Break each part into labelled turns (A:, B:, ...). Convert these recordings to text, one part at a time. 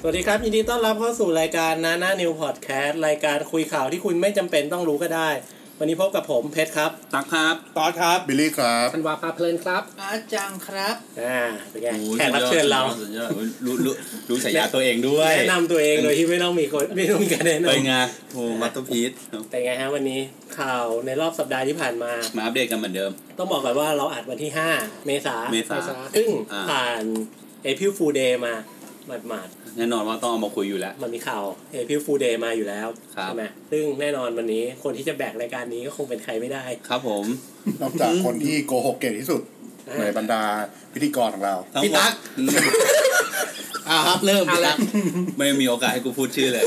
A: สวัสดีครับ ยินดีต้อนรับเข้าสู่รายการนาน่านิวพอดแคสต์รายการคุยข่าวที่คุณไม่จำเป็นต้องรู้ก็ได้ วันนี้พบกับผมเพชรครับ
B: ตักครับ
C: ตอดครับ
D: บิลลี่ครับ
A: ธันวาพาเพลินครับ
E: อาจังครับ
A: อ่าเป็นไง
B: โอ้โห
A: แขกรับเชิญเรา
B: สุดยอดสุดยอดรู้รู้รู้ฉายาตัวเองด้วย
A: แนะนำตัวเองโดยที่ไม่ต้องมีคนไม่ต้องมีการแนะน
B: ไปไงโอ้มาตุพีท
A: ำเป็นไงฮะวันนี้ข่าวในรอบสัปดาห์ที่ผ่านมา
B: มาอัปเดตกันเหมือนเดิม
A: ต้องบอกก่อนว่าเราอัดวันที่ 5 เมษา
B: เมษา
A: ซึ่ง
B: อ่า
A: ผ่านเอพิลฟูเดย์มาหมาด
B: แน่นอนว่าต้องเอามาคุยอยู่แล้ว
A: ๆมันมีข่าวเอพิลฟูเดย์มาอยู่แล้ว
B: ครับ
A: ใช่ไหมซึ่งแน่นอนวันนี้คนที่จะแบกรายการนี้ก็คงเป็นใครไม่ได้
B: ครับผม
D: นอกจากคนที่โกหกเก่งที่สุด ในบรรดาพิธีกรของเรา
B: ทั้งหมด
C: พี่ตั๊ก อ่าครับเริ่มพี่ตั๊ก
B: ไม่มีโอกาสให้กูพูดชื่อเลย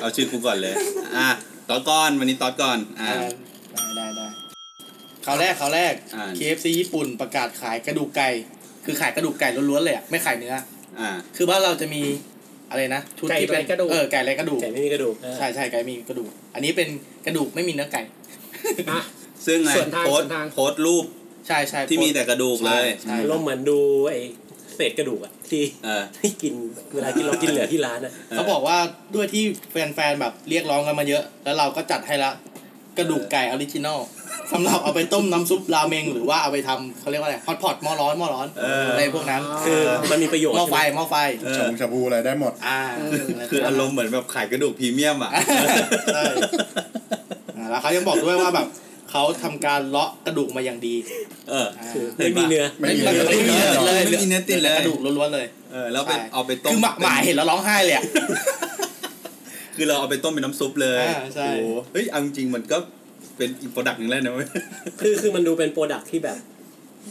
B: เอาชื่อกูก่อนเลย อ่ะตอดก่อนวันนี้ตอดก่อนอ่ะ
C: ได้ได้ได้ข่าวแรกข่าวแรก
B: อ่า
C: KFC ญี่ปุ่นประกาศขายกระดูกไก่ คือขายกระดูกไก่ล้วนๆเลยอะไม่ขายเนื้อ
B: อ่ะ
C: คือบ้านเราจะมีอะไรนะชุดที่เป็น
A: ไก่ไร้กระดูก
C: เออไก่ไรกระดูก
A: ไก่ไม่มีกระดูกเออ
C: ใช่ใช่ไก่มีกระดูก อันนี้เป็นกระดูกไม่มีเนื้อไก่
B: ซึ่งไง
A: ส่วนทาง
B: โพส
A: ส่วน
B: ต์
A: ทาง
B: โพสต์รูป
C: ใช่ใช่
B: ที่มีแต่กระดูกเลย
C: ใช่
A: อารมณ์เหมือนดูไอ้เศษกระดูกอะที่
B: เออ
A: ที่กินเวลากินเรากินเหลือที่ร้านอะ
C: เขาบอกว่าด้วยที่แฟนๆแบบเรียกร้องกันมาเยอะ แล้วเราก็จัดให้ละกระดูกไก่ออริจินอลสำหรับเอาไปต้มน้ำซุปราเมง หรือว่าเอาไปทำเขาเรียกว่าอะไรฮอตพอตหม้อร้อนหม้อร้อน
B: เอออ
C: อะไรพวกนั้น
A: คื
C: คือ อ
A: มันมีประโยชน์
C: หม้อไฟ
A: ใช่หม
C: หม้อไฟ
B: เอ
D: ชา
B: อ
D: บูชาบูอะไรได้หมด
C: อ่า
B: คืออารมณ์เหมือนแบบขายกระดูกพรีเมียมอ่ะ
C: ใช่อ่าแล้วเขายังบอกด้วยว่าแบบเขาทำการเลาะกระดูกมาอย่างดี
B: เออ
C: อ่า
A: คือไม่มีเนื้อ
D: ไม่มี
B: ไม่มี
D: เลย
B: เนื้อ
C: ลย
B: ไม่มีเนื้อติดเลย
C: หอกระดูกล้วนๆเลย
B: เออแล้วไป
C: ใช่
B: เอาไปต้ม
C: คือหมาหมาเห็นแล้วร้องไห้เลยอะ
B: คือเราเอาไปต้มเป็นน้ำซุปเลย
C: อ่าใช่
B: โอ้โหเฮ้ยเอาจริงๆมันก็เป็นอีกโปรดักต์หนึ่งแล้วนะเว้ย
A: คือคือมันดูเป็นโปรดักที่แบบ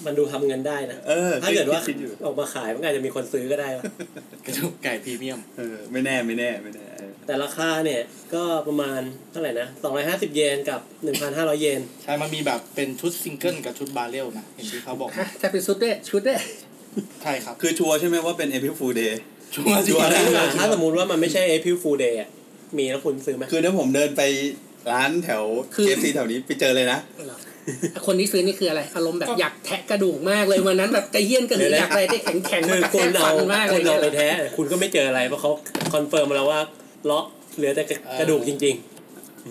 A: มันดูทำเงินได้นะ
B: เออ
A: ถ้าเกิดว่า
B: คิดอยู่
A: ออกมาขายมันก็อาจจะมีคนซื้อก็ได้วะ
C: กระดูกไก่พรีเมียม
B: เออไม่แน่ไม่แน่ไม่แน่เออ
A: แต่ราคาเนี่ยก็ประมาณเท่าไหร่นะ250 เยนกับ 1,500 เยน
C: ใช่ มันมีแบบเป็นชุดซิงเกิลกับชุดบาเรลนะ เห็นที่เขาบอก
A: ถ้าเป็นชุดด้วยชุดด้วย
C: ใช่ครับ
B: คือชัวร์ใช่ไหมว่าเป็นเอพิฟูเดย์
C: ชัวร์ชัวร์
B: ชั
C: นะ
B: วร์
A: ถ้าสมมติว่ามันไม่ใช่ April Fool Day อะมีแล้วคุณซื้อไหม
B: คือถ้าผมเดินไปร้านแถว
F: คือ
B: เคฟซีแถวนี้ไปเจอเลยนะ
F: คนที่ซื้อนี่คืออะไร อารมณ์แบบอยากแทะกระดูกมากเลยวันนั้นแบบกระเยี่ยนกระหืออยากอะไรได้แข็งแข็งๆ
A: คือ
F: มา
A: ก
F: ระ
A: คุ
F: แท
A: ณ
F: ก
A: เอา
F: ฟันมาก
A: คุณ
F: เลย
A: เอาไป
F: เนี่ย
A: แท้คุณก็ไม่เจออะไรเพราะเขาคอนเฟิร์มมาแล้วว่าเลาะเหลือแต่กระดูกจริง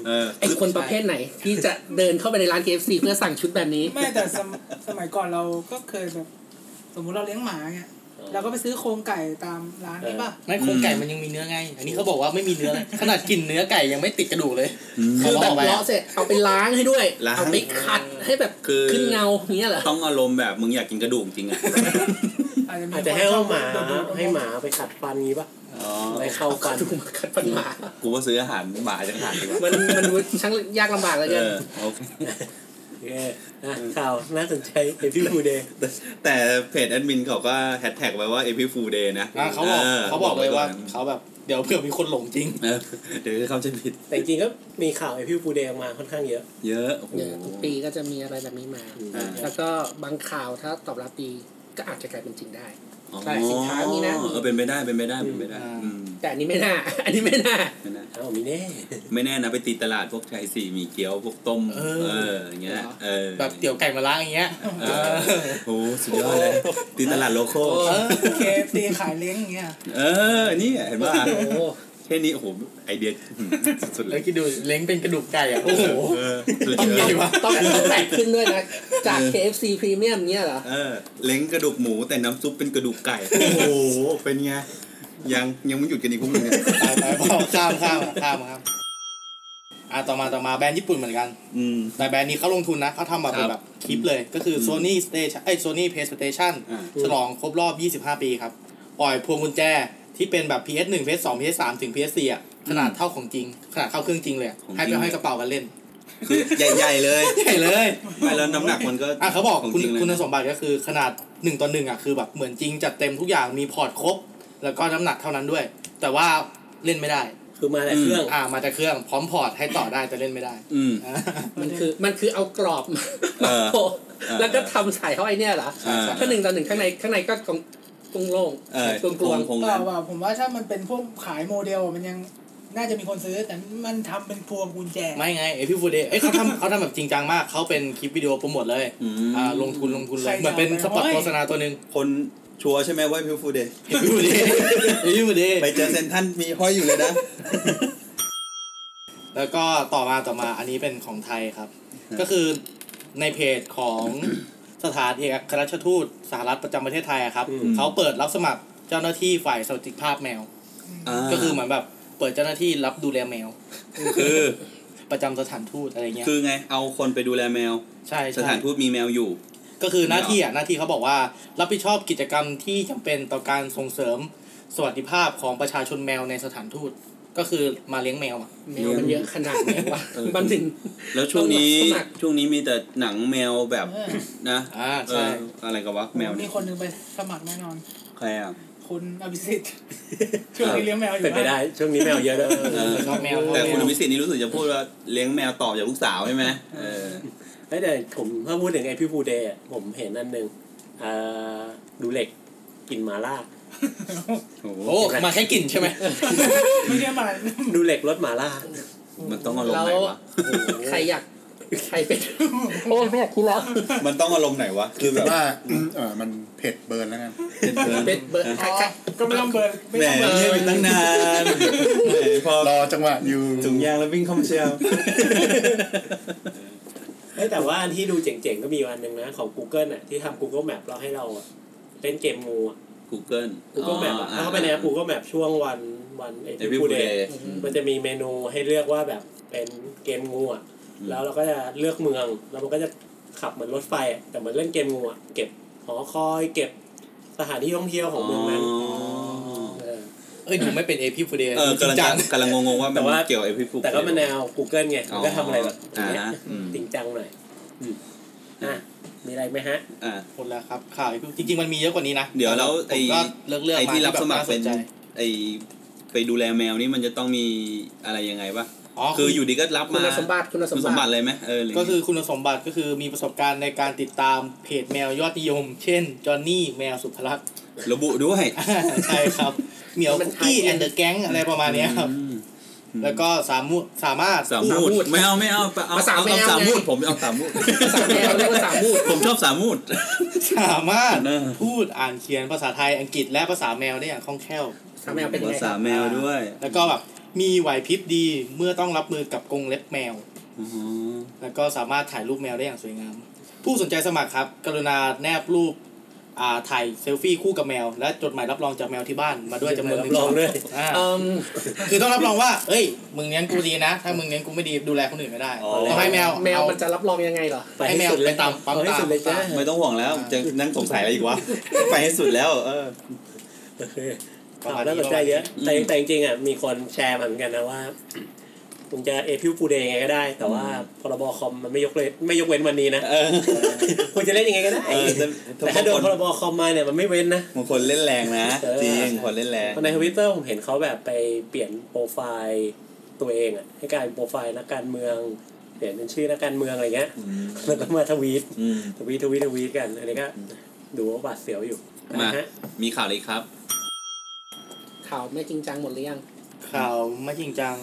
B: เออ
F: ไอคนประเภทไหน ที่จะเดินเข้าไปในร้าน KFC เพื่อสั่งชุดแบบนี้
E: ไม่แต่สมสมัยก่อนเราก็เคยแบบ สมมุติเราเลี้ยงหมาไง
A: เออ
E: เราก็ไปซื้อโครงไก่ตามร้านนี้ป่ะ
C: ไม่โครงไก่มันยังมีเนื้อไง อันนี้เขาบอกว่าไม่มีเนื้อเลยขนาดกินเนื้อไก่ยังไม่ติดกระดูกเลย
F: คื
C: เขา
F: อ
C: บอก
F: แบบ
C: เอาไปอะ
F: เลาะเสร็จเอาไปล้างให้ด้วย
B: ร้าน
F: เอาไปขัดให้แบบ
B: คือ
F: ขึ้นเงาอย่างเงี้ยเหรอ
B: ต้องอารมณ์แบบมึงอยากกินกระดูกจริงอ่ะ
E: อาจจะ
A: ๆ
E: มี
A: อาจจะให้เอาหมา
E: คนชอบโดดๆ
A: ให้หมาไปขัดฟันงี้ปะ
B: อ๋อ
A: ไปเข้าฟัน
F: กระดูกมาขัดฟันหมา
B: กูว่าซื้ออาหารหมาจะอาหารดีกว่า
F: มันมันดูช่างยากลำบากเหลย
B: เอ
F: เกิน
B: อโอเค
A: โอเคอ่ะข่าวน่าสนใจ April Fool Day
B: แต่แต่เพจแอดมินเขาก็แฮชแท็กไว้ว่าเอพิฟูเดย์นะ
C: อ่าเขาบอกเขาบอกเลยว่า
B: ไก่อน
C: เขาแบบ เดี๋ยวเผื่อมีคนหลงจริง
B: เออเดี๋ยวเขาจะผิด
A: แต่จริงๆก็มีข่าว April Fool Day ออกมาค่อนข้างเยอะ
B: เยอะโอ้โห
F: เนี่ยทุกปีก็จะมีอะไรแบบนี้มา
B: อ่า
F: แล้วก็บางข่าวถ้าตอบรับดีก็อาจจะกลายเป็นจริงได้
B: อ๋อ
F: ใช่สินค้ามีนะ
B: เออเป็นไปได้เป็นไปได้เป็นไปได้
C: อืม
B: อืม
F: แต่อันนี้ไม่น่า อันนี้ไม่น่า
B: เป็นไปได้
A: เอ้ามีแน่
B: ไม่แน่นะไปตีตลาดพวกไทยสี่หมีเกี๊ยวพวกต้ม
C: เอ
B: เอ
C: อ
B: ออย่างเงี้ยเออ
C: แบบเดี๋ยวไก่มาล้างอย่างเงี้ย
B: เออโอ้โหสุดยอดเลยตีตลาดโลโก้
E: เออเคตีขายเลี้ยงอย่างเงี้ย
B: เออนี่เห็นป่ะ
F: โอ้โห
B: แค่นี้โอ้โหไอเดียหืมสุดๆเล
C: แล้ว
B: ย
C: คิดดูเล้งเป็นกระดูกไก่อ่ะโอ้โห
B: เออสุด
C: ต้อง
B: ยอด
C: มีวะ
F: ต้องต้องแตกขึ้นด้วยนะ จาก KFC พรีเมียมเนี้ยเหรอ
B: เออเล้งกระดูกหมูแต่น้ำซุปเป็นกระดูกไก่โอ้โหเป็นไงยังยังไม่หยุดกันอีกพวกมึงเนี่ย
C: ไปไปบอก ข้ามข้ามข้ามครับอ่าต่อมาต่อมาแบรนด์ญี่ปุ่นเหมือนกัน
B: อืม
C: แต่แบรนด์นี้เขาลงทุนนะเขาทำมาเป็นแบบคลิปเลย ก็คือ Sony Station ไอ้ Sony PlayStation
B: อ่า
C: ฉลองครบรอบ 25 ปีครับ ปล่อยพวงกุญแจที่เป็นแบบ PS1 PS2 PS3 ถึง PS4 อ่ะ ขนาดเท่าของจริง ขนาดเท่าเครื่องจริงเลยอะให้ไปให้กระเป๋ากันเล่น
B: คือใหญ่ๆเลย
C: ใช่เลย
B: ไม่แล้วน้ำหนักมันก็
C: อ่ะเขาบอก
B: ของ
C: คุณ
B: จริงเลย
C: คุณสมบัติก็คือขนาด 1ต่อหนึ่งอ่ะ คือแบบเหมือนจริงจัดเต็มทุกอย่างมีพอร์ตครบ แล้วก็น้ำหนักเท่านั้นด้วย แต่ว่าเล่นไม่ได้
A: คือมาหลายเครื่อง
C: อ่ามาจากเครื่องพร้อมพอร์ตให้ต่อได้แต่เล่นไม่ได้
B: อืม
F: มันคือมันคือเอากรอบมา
B: เออ
F: โผล่
B: เออ
F: แล้วก็ทำใส่เข้าไอ้เนี่ยเหรอ
B: ใช่ใช่
F: ถ้าหนึ่งต่อหนึ่งข้างในข้างในก็กงกงโล่ง
B: เออก
F: งกลวง
B: คง
E: เป
B: งั้
E: ล่าน เปล่าผมว่าถ้ามันเป็นพวกขายโมเดลมันยังน่าจะมีคนซื้อแต่มันทำเป็นพวงกุญแจ
C: ไม่ไงไอพี่ฟูเดย์เอ้ยเขาทำ เขาทำแบบจริงจังมาก เขาเป็นคลิปวิดีโอโปรโมทเลย
B: อืม
C: อ่าลงทุนลงทุนเลยเหมือนเป็นสปอตโฆษณาตัวหนึ่ง
B: คน ชัวร์ใช่ไหมว่าพิวฟูเดย์
C: อยู่ ดีอยู่ดี
B: ไปเจอเซนทรันมีห้อยอยู่เลยนะ
C: แล้วก็ต่อมาต่อมาอันนี้เป็นของไทยครับ ก็คือในเพจของ สถานเอกอัครราชทูตสหรัฐประจำประเทศไทยอะครับ
A: อืม
C: เขาเปิดรับสมัครเจ้าหน้าที่ฝ่ายสวัสดิภาพแมว
B: า
C: ก็คือเหมือนแบบเปิดเจ้าหน้าที่รับดูแลแมว
B: คือ
C: ประจำสถานทูตอะไรเงี้ย
B: คือไงเอาคนไปดูแลแมว
C: ใช่
B: ส
C: ใช่
B: ถานทูตมีแมวอยู่
C: ก็คือหน้าที่อ่ะหน้าที่เขาบอกว่ารับผิดชอบกิจกรรมที่จำเป็นต่อการส่งเสริมสวัสดิภาพของประชาชนแมวในสถานทูต ก็คือมาเลี้ยงแมวอะ
F: แมวมันเยอะขนาดไหนวะ
B: เออ
F: มันถึง
B: แล้วช่วงนี้
F: ต้องสมัคร
B: ช่วงนี้มีแต่หนังแมวแบบ
E: เออ
B: นะ
C: อ่า
B: เอ
C: ใช่
B: ออะไรกับวะแมว
E: มี
B: เนี่ย
E: คนหนึ่งไปสมัครแน่นอน
B: ใครอ่ะ
E: คุณอภิสิทธิ์ช่วงนี้เลี้ยงแมวอยู่
A: เป็นไปได้ ช่วงนี้แมวเยอะด้วย
B: เออ
C: ชอบแมวชอบ
B: แต่
C: แม
B: คุณ
C: ว
B: วิสิทธิ์นี่รู้สึกจะพูดว่าเลี้ยงแมวต่อจากลูกสาวใช่ไหมเออ
A: เฮ้ยแต่ผมถ้าพูดถึงไอพี่ฟูเดย์อะผมเห็นนั่นหนึ่งอ่าดูเหล็กกินหมาล่า
B: โอ้โห
C: โอ้มาแค่กลิ่นใช่ไหม
E: ไม่ได้มา
A: ดูเหล็กรถหมาล่า
B: มันต้องอารมณ์ไหนวะ
F: ใครอยากใครเป็นโอ้ยไม่อยากคิดแล้ว
B: มันต้องอารมณ์ไหนวะ คือ
D: คิ
B: แบ
D: ด
B: บ
D: ว่าเออมันเผ็ดเบิร์นแล้วกัน
B: เป็นเพื่อน
F: เป็นเบอร์ใครใคร
E: ก็ไม่ต้องเบิร์นไม่
B: แหม
E: ต้องเบิร์
B: เงียบ
E: น
B: ไปตั้งนานแหมพอ
D: รอจังหวะอยู่
B: ถุงยางแล้ววิ่งเข้ามาเชียว
A: เฮ้ยแต่ว่าอันที่ดูเจ๋งๆ ก็มีวันหนึ่งนะของ Google อ่ะที่ทำ Google Map แล้วให้เราอะเล่นเกมงูอะ
B: Google
A: Google Map อ่ะถ้าเข้าไปใน Google Map ช่วงวันวันไอ
B: เอพิ
A: พี่
B: พู
A: ฟู
B: เด
A: เดย์
B: ย์
A: มันจะมีเมนูให้เลือกว่าแบบเป็นเกมงูอ่ะแล้วเราก็จะเลือกเมืองแล้วมันก็จะขับเหมือนรถไฟอะแต่เหมือนเล่นเกมงูอ่ะเก็บหอคอยเก็บสถานที่ท่องเที่ยวของเมืองนั้นเออ
C: เอ้ยดูไม่เป็นเอพีฟูเดย์
B: เออกำลัง
C: จั
B: จะ
C: ง
B: กำลังงงๆว่า
A: แต่
B: มัน
A: ว่า
B: เกี่ยวเอพิพู
A: แต่ก็มันแนว Google ไงมันก็ทำอะไรแบบ
B: อ่า
A: เนี้ย
B: นะอืม
A: จริงจังหน่อยอืมอ่ะมีอะไรไหมฮะ
B: อ่า
C: หมดแล้วครับข่าว AP จริง ๆ มันมีเยอะกว่านี้นะ
B: เดี๋ยวแล้ว
C: ผม
B: ไอ้
C: ก็เลือกเลือก
B: ไอ
C: มา
B: ที่รับสมัครเป็น
C: ที่แบบาสใจ
B: ไอไปดูแลแมวนี่มันจะต้องมีอะไรยังไงปะ
C: อ๋อ
B: คืออยู่ดีก็รับ
F: คุ
B: มา
F: ณสมบัติคุณส
B: คุ
F: ม
B: ณสม
F: บั
B: บั
F: ติ
B: ติเลยไหมเออหรือ
C: ก็คือคุณสมบัติก็คือมีประสบการณ์ในการติดตามเพจแมวยอดนิยม เช่น จอห์นนี่แมวสุภลักษณ์
B: ระบุด้วย
C: ใช่ครับ เหมียวคุกกี้แอนเดอร์แก๊งอะไรประมาณเนี้ยครับ
B: อืม
C: แล้วก็สามุสามารถ
B: สามมู
C: พูด
B: ดไม่เอาไม่เอาเอาเอา
F: ภาษา
B: เอา
F: แมว
B: สาม
F: ไง
B: มูดผมเอาสามมูด
F: สามแมวเรียกว่าสามมูด
B: ผมชอบสามมูด
C: สามารถ
B: เออ
C: พูดอ่านเขียนภาษาไทยอังกฤษและภาษาแมวได้อย่างคล่องแคล่ว
F: สามแมวเป็นยัง
B: ภา
F: ไง
B: ษาแมวด้วย
C: แล้วก็แบบมีไหวพริบดีเมื่อต้องรับมือกับกรงเล็บแมว
B: อ๋อ
C: แล้วก็สามารถถ่ายรูปแมวได้อย่างสวยงาม ผู้สนใจสมัครครับ กรุณาแนบรูปอ่าถ่ายเซลฟี่คู่กับแมว และจดหมายรับรองจากแมวที่บ้านมาด้วยจำนวนหนึ่ง
A: รับรองด้วย
C: อ่า
F: เอิ่ม
C: คือต้องรับรองว่าเอ้ยมึงเลี้ยงกูดีนะ ถ้ามึงเลี้ยงกูไม่ดีดูแลคนอื่นไม่ได้ต้องให้แมว
F: แมว
C: เอา
F: มันจะรับรองยังไงเหรอ
A: ไปให้สุดเลย
C: ให้แมวไปตามปั๊ม
A: เอให้สุดเลยจ้า
C: ตาม
B: ไม่ต้องห่วงแล้วจะนั่งสงสัยอะไรอีกวะ ไปให้สุดแล้ว เออ
C: ประมาณ
A: น่าสนใจเยอะ
B: อืม
A: แต่แต่จริงๆอ่ะมีคนแชร์มาเหมือนกันนะว่าผมจะเอพิวฟูเดย์ยังไงก็ได้ แต่ว่าพรบคอมมันไม่ยกเลยไม่ยกเว้นวันนี้นะ
B: เออ
A: คุณจะเล่นยังไงก็ได้
B: เออแต่
A: แต่ถ้าโดนพรบคอมมาเนี่ยมันไม่เว้นนะ
B: บางคนเล่นแรงนะ
A: เออ
B: จริงคนเล่นแรง
A: ในทวิตเตอร์ผมเห็นเขาแบบไปเปลี่ยนโปรไฟล์ตัวเองอ่ะให้กลายเป็นโปรไฟล์นักการเมืองเปลี่ยนเป็นชื่อนักการเมืองอะไรเงี้ย
B: อืม
A: แล้วก็มาทวีต
B: อืม
A: ทวีตทวีตทวีตกันอันนี้ก็ดูว่าบาดเสียวอยู่
B: มา
A: นะฮะ
B: มีข่าวอะไรอีกครับ
F: ข่าวไม่จริงจังหมดหรือยัง
C: ข่าวไม่จริงจัง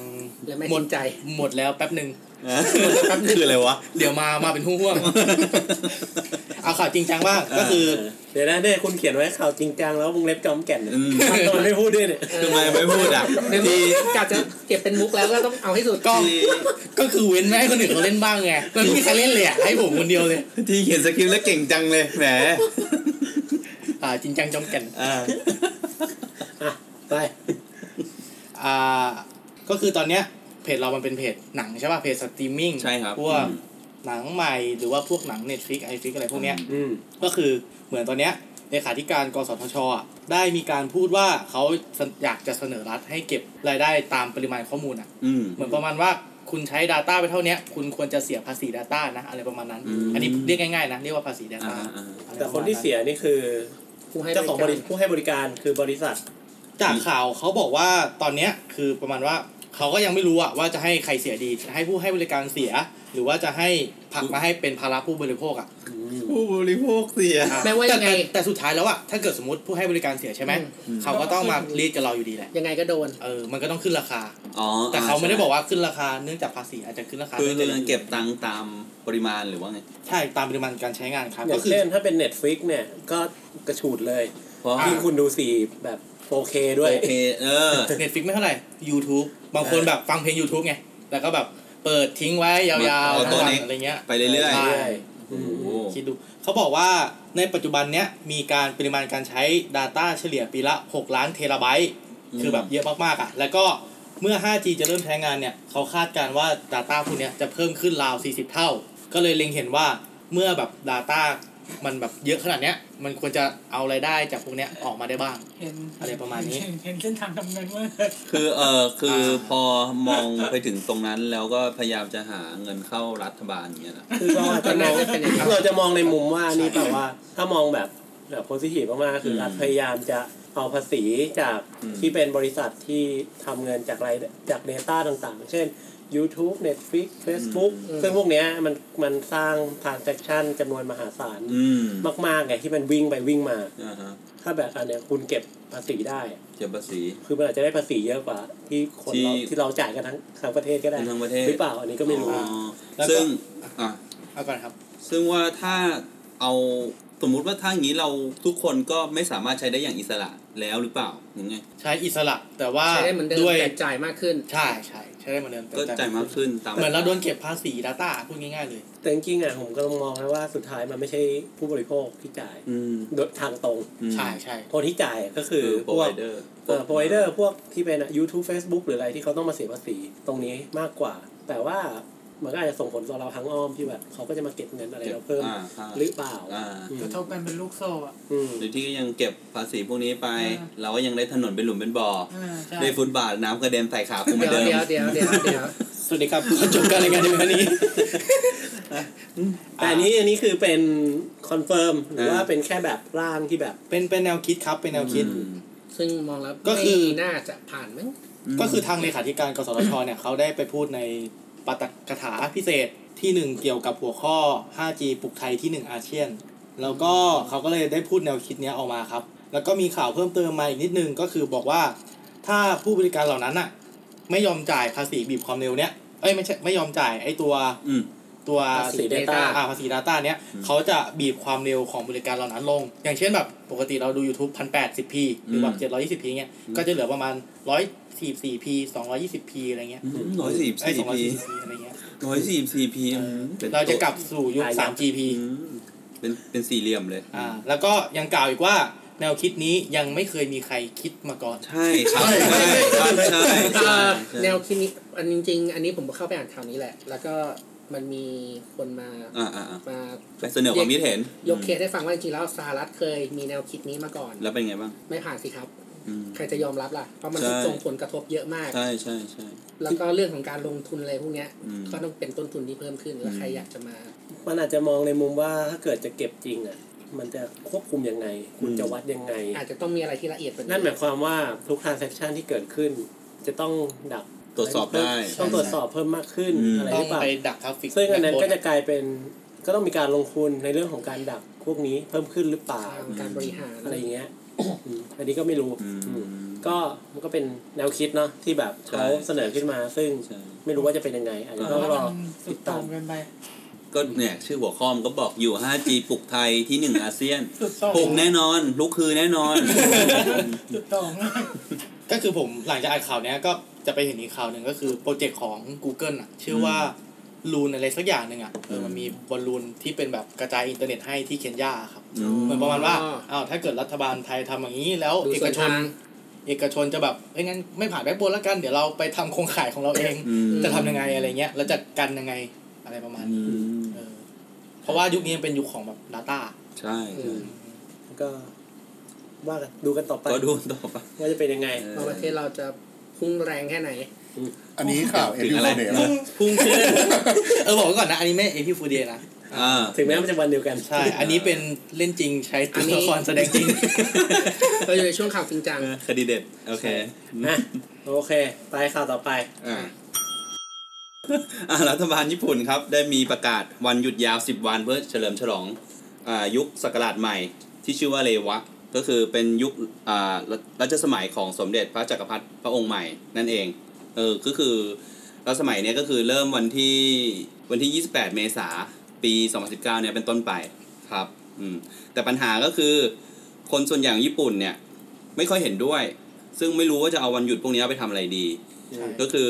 F: และไม่
C: ห
F: จ
C: มด
F: ริงใจ
C: หมดแล้วแป๊บหนึ่ง
B: คืออะไรวะ
C: เดี๋ยวมามาเป็นห่วงๆเอาข่าวจริงจังบ้างก็คือ
A: เดี๋ยวนะเนี่ยคุณเขียนไว้ข่าวจริงจังแล้ววงเล็บจอมแก่นเนี่ย
B: อืม
A: ตอนไม่พูดด้วยเนี่ย
B: ทำไมไม่พูดอ่ะ
F: ในมุกกะจะเก็บเป็นมุกแล้วก็ต้องเอาให้สุด
C: ก็
B: ที่
C: ก็คือเว้นไม่ให้คนอื่นเขาเล่นบ้างไงมันไม่มีใครเล่นเลยอ่ะให้ผมคนเดียวเลย
B: ที่เขียนสคริปต์แล้วเก่งจังเลยแหม
C: อ่าจริงจังจอมแก่น
B: อ่า
A: ไป
C: อ่าก็คือตอนเนี้ยเพจเรามันเป็นเพจหนังใช่ป่ะเพจสตรีมมิ่ง
B: ใช่ครับ
C: พวก
B: อืม
C: หนังใหม่หรือว่าพวกหนัง Netflix i f l i x อะไรพวกเนี้ย
A: อืม
C: ก็คือเหมือนตอนเนี้ยเลขาธิการกสทชอ่ะได้มีการพูดว่าเขาอยากจะเสนอรัฐให้เก็บรายได้ตามปริมาณข้อมูลอ่ะ
B: อืม
C: เหมือนประมาณว่าคุณใช้ Data ไปเท่าเนี้ยคุณควรจะเสียภาษี Data นะอะไรประมาณนั้น
B: อืม
C: อันนี้เรียกง่ายๆนะเรียกว่าภาษี Data
B: อ่าอ่า
C: อะไร
A: แต่
C: ป
A: ค
C: ระ
A: น
C: มาณ
A: ที่เสียนี่คือ
F: ผู้ให้บริการ
A: เจ้าของบริผู้ให้บริการคือบริษัท
C: จากข่าวเขาบอกว่าตอนเนี้ยคือประมาณว่าเขาก็ยังไม่รู้อะว่าจะให้ใครเสียดีจะให้ผู้ให้บริการเสีย หรือว่าจะให้ผลักมาให้เป็นภาระผู้บริโภคอะ
B: ผู้บริโภคเสีย
F: แม้ว่า
C: แต่
F: ยังไง
C: แต่แต่สุดท้ายแล้วอะถ้าเกิดสมมติผู้ให้บริการเสียใช่ไหมเขาก็ต้องมาเรียกกับเราอยู่ดีแหละ
F: ยังไงก็โดน
C: เออมันก็ต้องขึ้นราคา
B: อ๋อ
C: แต่เขาไม่ได้บอกว่าขึ้นราคาเนื่องจากภาษีอาจจะขึ้นราคา
B: คือ
C: นื่งจา
B: เก็บตังค์ตามปริมาณหรือว่าไง
C: ใช่ตามปริมาณการใช้งานครับ
A: อย่า
C: ก็
A: ง
C: คือ
A: เช่นถ้าเป็น Netflix เนี่ย ก็กระฉูดเลย
B: เพราะ
A: ที่คุณดูสีแบบโอเคด้วย
B: โอเคเออ
C: เน็ตฟิกไม่เท่าไหร่ YouTube บางคนแบบฟังเพลง YouTube ไง แล้วก็แบบเปิดทิ้งไว้ยาว
B: เอา
C: ๆ
B: ตั
C: ทั้
B: ว
C: งวัน
B: นี้
C: อะไรเงี้ย
B: ไปเรื่อยๆ
C: ใช่
A: ใช่อืม
B: โอ้
C: คิดดู เขาบอกว่าในปัจจุบันเนี้ยมีการปริมาณการใช้ Data เฉลี่ยปีละ 6 ล้านเทราไบต์ คือแบบเยอะมากๆอ่ะ แล้วก็เมื่อ 5G จะเริ่มใช้งานเนี่ย เขาคาดการณ์ว่า Data พวกเนี้ยจะเพิ่มขึ้นราว 40 เท่า ก็เลยเล็งเห็นว่าเมื่อแบบ Data มันแบบเยอะขนาดเนี้ย มันควรจะเอารายได้จากพวกเนี้ยออกมาได้บ้าง
E: เห็น
C: อะไรประมาณนี้
E: เห็เห็นเส้นทางทำเงินว่า
B: คือเออคืออา พอมองไปถึงตรงนั้นแล้วก็พยายามจะหาเงินเข้ารัฐบาลอย่างเงี้ยนะ
A: คือเราอาจจะมอง
F: น่าจะเป็นอย่างนั้น
A: เราจะมองในมุมว่านี่แปลว่า ถ้ามองแบบแบบโพสิทีฟมากๆคือ
B: ม
A: รัฐพยายามจะเอาภาษีจาก
B: อืม
A: ที่เป็นบริษัทที่ทำเงินจากไรายจาก Data ต่างๆ เช่น YouTube Netflix Facebook
F: อืม
A: ซึ่งพวกเนี้ยมันมันสร้าง transaction จำนวนมหาศาล
B: อืม
A: มากๆไงที่มันวิ่งไปวิ่งมา
B: อ่าฮะ
A: ถ้าแบบอันเนี้ยคุณเก็บภาษีได้
B: เก็บภาษี
A: คือมันอาจจะได้ภาษีเยอะกว่า ที่คนเรา
B: ที่
A: ที่เราจ่ายกันทั้งทั้งประเทศก็ได้
B: เป็นทั้งประเทศ
A: หรือเปล่าอันนี้ก็ไม่รู้
B: อ๋อ
C: แล้วก็
B: ซึ่งอ่ะ
C: เอาก่อนครับ
B: ซึ่งว่าถ้าเอาสมมุติว่าถ้าอย่างนี้เราทุกคนก็ไม่สามารถใช้ได้อย่างอิสระแล้วหรือเปล่าหรือไง
C: ใช้อิสระแต่ว่า
F: ใช้ได้เหมือนเดิม
C: ด้วย
F: แต่จ่ายมากขึ้น
C: ใช่ใช่ใช้ได้เหมือนเดิมแต่
B: ก็จ่ายมากขึ้นตาม
C: เหมือนเราโดนเก็บภาษี Data พูดง่ายๆเลย
A: แต่จริงๆอ่ะผมก็มองนะว่าสุดท้ายมันไม่ใช่ผู้บริโภคที่จ่าย
B: อืม
A: โดยทางตรง
B: อืม
C: ใช่ใช่
A: คนที่จ่ายก็คื
B: คือ อ
A: พวก
B: provider
A: เอ่อ provider พวกที่เป็น YouTube Facebook หรืออะไรที่เขาต้องมาเสียภาษีตรงนี้มากกว่า แต่ว่ามันก็อาจจะส่งผลต่อเราทางอ้อมที่แบบเขาก็จะมาเก็บเงินอะไรเราเพิ่ม
B: อ่าอ่า
A: หรือเปล่า
B: อ่า
A: อืม
E: กระทบกันเป็นลูกโซ่อะ
A: อืม
B: หรือที่ยังเก็บภาษีพวกนี้ไป
E: อ่า
B: เราก็ยังได้ถนนเป็นหลุมเป็นบ่อ
E: อ่าใช่
B: ได้ฟุตบาทน้ำกระเด็นใส่ขาคุณเหมื
F: เดี๋
B: อย น
F: ว
B: เดิม
F: เดี๋ยวเดี๋ยวเดี๋ยวเดี๋ยว
C: สวัสดีครับ ขอจบการรายการในวัน นี้
A: แต่อันนี้อันนี้คือเป็นคอนเฟิร์มหรือว่าเป็นแค่แบบร่างที่แบบ
C: เป็นเป็นแนวคิดครับเป็นแนวคิด
B: อืม
F: ซึ่งมองแล้ว
C: ก็คือ
F: ไม่น่าจะผ่านมั้ง
C: ก็คือทางเลขาธิการกสทชเนี่ยเขาได้ไปพูดในปาฐกถาพิเศษที่หนึ่งเกี่ยวกับหัวข้อ 5G ปลุกไทยที่หนึ่งอาเซียน แล้วก็เขาก็เลยได้พูดแนวคิดเนี้ยออกมาครับ แล้วก็มีข่าวเพิ่มเติมมาอีกนิดนึงก็คือบอกว่าถ้าผู้บริการเหล่านั้นอะไม่ยอมจ่ายภาษีบีบความเร็วเนี้ยเอ้ยไม่ใช่ไม่ยอมจ่ายไอ้ตัว
B: อืม
C: ตัว
A: ภาษี
F: Data
C: อ่าภาษี Data เนี้ยเขาจะบีบความเร็วของบริการเหล่านั้นลง อย่างเช่นแบบปกติเราดู YouTube 1080p หรือแบบ 720p เงี้ย ก็จะเหลือประมาณ 144p 220p อะไรเงี้ย
B: ร้อยสี่สิบ
C: ไอ้
B: สี่พี
C: 240p อะไรเงี้ย
B: ร้อยสี่สิบสี่พี
C: เราจะกลับสู่ยุค
A: อ่า
C: 3gp
B: เป็นเป็นสี่เหลี่ยมเลย
C: อ่า แล้วก็ยังกล่าวอีกว่าแนวคิดนี้ยังไม่เคยมีใครคิดมาก่อน
B: ใช่ครับใช่ครับใช่ใช่
F: เอ่อ
B: ใช่
F: แนวคิดนี้อันจริง ๆ อันนี้ผมเข้าไปอ่านข่าวนี้แหละ แล้วก็มันมีคนมา
B: อ่าอ่าอ่า
F: มา
B: ไปเสนอความคิดเห็น
F: ยกเคสให้ฟังว่าจริงๆแล้วสหรัฐเคยมีแนวคิดนี้มาก่อน
B: แล้วเป็นไงบ้าง
F: ไม่ผ่านสิครับ
B: อืม
F: ใครจะยอมรับล่ะ เพราะมัน
B: ใช่
F: ส่งผลกระทบเยอะมาก
B: ใช่ใช่ใช่
F: แล้วก็เรื่องของการลงทุนอะไรพวกเนี้ย
B: อืม
F: ก็ต้องเป็นต้นทุนที่เพิ่มขึ้น แล้วใครอยากจะมา
A: มันอาจจะมองในมุมว่าถ้าเกิดจะเก็บจริงอ่ะ มันจะควบคุมยังไง คุณจะวัดยังไง
F: อาจจะต้องมีอะไรที่ละเอียดกว่า
A: นั่นหมายความว่าทุก transaction ที่เกิดขึ้น จะต้องดัก
B: ตรวจสอบได้
A: ต้องตรวจสอบเพิ่มมากขึ้น
B: อืม
A: อะไรห
C: ต้อ
A: รือ
C: ง
A: เปล่า
C: ไปดักทราฟฟิก
A: ซึ่งอันนั้นก็จะกลายเป็นก็ต้องมีการลงทุนในเรื่องของการดักพวกนี้เพิ่มขึ้นหรือเปล่า
F: ทางการบริหาร
A: อะไรอย่างเงี้ยอืมอันนี้ก็ไม่รู้
B: อืม
A: อืมก็มันก็เป็นแนวคิดเนาะที่แบบ
B: ใช่
A: เขาเสนอขึ้นมา ซึ่ง
B: ใช่
A: ไม่รู้ว่าจะเป็นยังไงอาจจะ
E: เพ
A: ต้อง
E: ราะว่าร
A: อ
E: มันสุดโต่งเกินไป
B: ก็เนี่ยชื่อหัวข้อมนก็บอกอยู่ 5G ปลุกไทยที่หนึ่งอาเซียน
E: สุดโต่ง
B: ปลุกแน่นอน ลุกคือแน่นอน
E: สุดโต่งมาก
C: ก็คือผมหลังจากอ่านข่าวเนี้ยก็จะไปเห็นอีกข่าวหนึ่งก็คือโปรเจกต์ของ Google อ่ะ ชื่อว่าลูนอะไรสักอย่างหนึ่งอ่ะเออมันมีบอลลูนที่เป็นแบบกระจายอินเทอร์เน็ตให้ที่เคนยาครับ
B: อืม
C: เหมือนประมาณว่าอ้าวถ้าเกิดรัฐบาลไทยทำอย่างนี้แล้ว
F: ดู
C: เอ
F: ส่
C: ก
F: วน
C: ชน
F: ทาง
C: เอกชนจะแบบเอ้ยงั้นไม่ผ่านแบ็กบนแล้วกัน เดี๋ยวเราไปทำโครงข่ายของเราเอง
B: อืม
C: จะทำยังไงอะไรเงี้ย แล้วจะกันยังไงอะไรประมาณ
B: อื
C: นี้
B: ม
C: เออเพราะว่ายุคนี้มันเป็นยุคของแบบ Data
B: ใช่
F: อื
B: ใช่
F: ม
A: ก็ว่ากันดูกันต่อไป
B: ก็ดูต่อไป
A: ว่าจะเป็นยังไง
F: ว่าประเทศเราจะพุ่งแรงแค่ไหน
D: อันนี้ข่าวเอ็
B: ถึง
D: ดยู
B: อะไร
D: โเดย์
C: พุ่งขึ้น เออ บอกไว้ก่อนนะ อันนี้ไม่เอพิฟูเดนะ
B: อ่า
A: ถึงแม้มันจะวันเดียวกัน
C: ใช่ อันนี้เป็นเล่นจริงใช้ตั
F: อั
C: วน
F: นี้
C: ละครแสดงจริง
F: เราอยู่ในช่วงข่าวจริงจัง
B: คดีเด็ด โอเค
A: นะโอเค ไปข่าวต่อไป
B: อ่า อ่ารัฐบาลญี่ปุ่นครับ ได้มีประกาศวันหยุดยาว 10 วันเพื่อเฉลิมฉลองอ่ายุคศักราชใหม่ที่ชื่อว่าเลวะ ก็คือเป็นยุคอ่ารัรัชสมัยของสมเด็จพระจักรพรรดิพระองค์ใหม่นั่นเอง เออก็คือรัชสมัยเนี้ยก็คือเริ่มวันที่วันที่ 28 เมษาปี 2019เนี่ยเป็นต้นไปครับอืมแต่ปัญหาก็คือ คนส่วนใหญ่ของญี่ปุ่นเนี่ยไม่ค่อยเห็นด้วย ซึ่งไม่รู้ว่าจะเอาวันหยุดพวกนี้ไปทำอะไรดี
C: ใช่
B: ก็คือ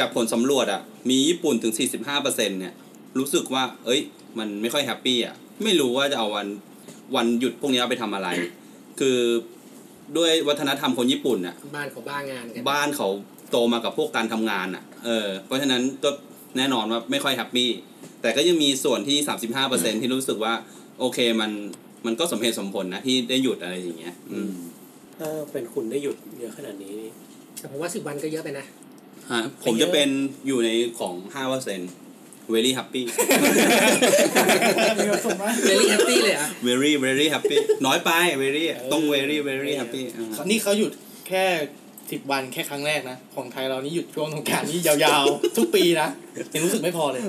B: จากผลสำรวจอ่ะมีญี่ปุ่นถึง 45%เนี่ยรู้สึกว่า เอ้ย มันไม่ค่อยแฮปปี้อ่ะไม่รู้ว่าจะเอาวันวันหยุดพวกนี้เอาไปทำอะไร คือด้วยวัฒนธรรมคนญี่ปุ่นอ่ะ
F: บ้านเขาบ้างานกัน
B: บ้านเขาโตมากับพวกการทำงานอ่ะ เออ เพราะฉะนั้นก็แน่นอนว่าไม่ค่อยแฮปปี้ แต่ก็ยังมีส่วนที่ 35%ที่รู้สึกว่า โอเคมันมันก็สมเหตุสมผลนะที่ได้หยุดอะไรอย่างเงี้ย อืม
A: ถ้าเป็นคุณได้หยุดเยอะขนาดนี้นี่
F: แต่ผมว่าสิบวันก็เยอะไปนะ
B: ฮะผมจะเป็นอยู่ในของ 5% very happy
E: มีความสุขไหม
F: เรลี่แฮปปี้เลยเหรอ่ะ
B: very very happy น้อยไป very อะต้อง very very happy อ่า
C: นี่เขาหยุดแค่สิบวันแค่ครั้งแรกนะ ของไทยเรานี่หยุดช่วงสงกรารนี่ยาวๆ ทุกปีนะยังรู้สึกไม่พอเลย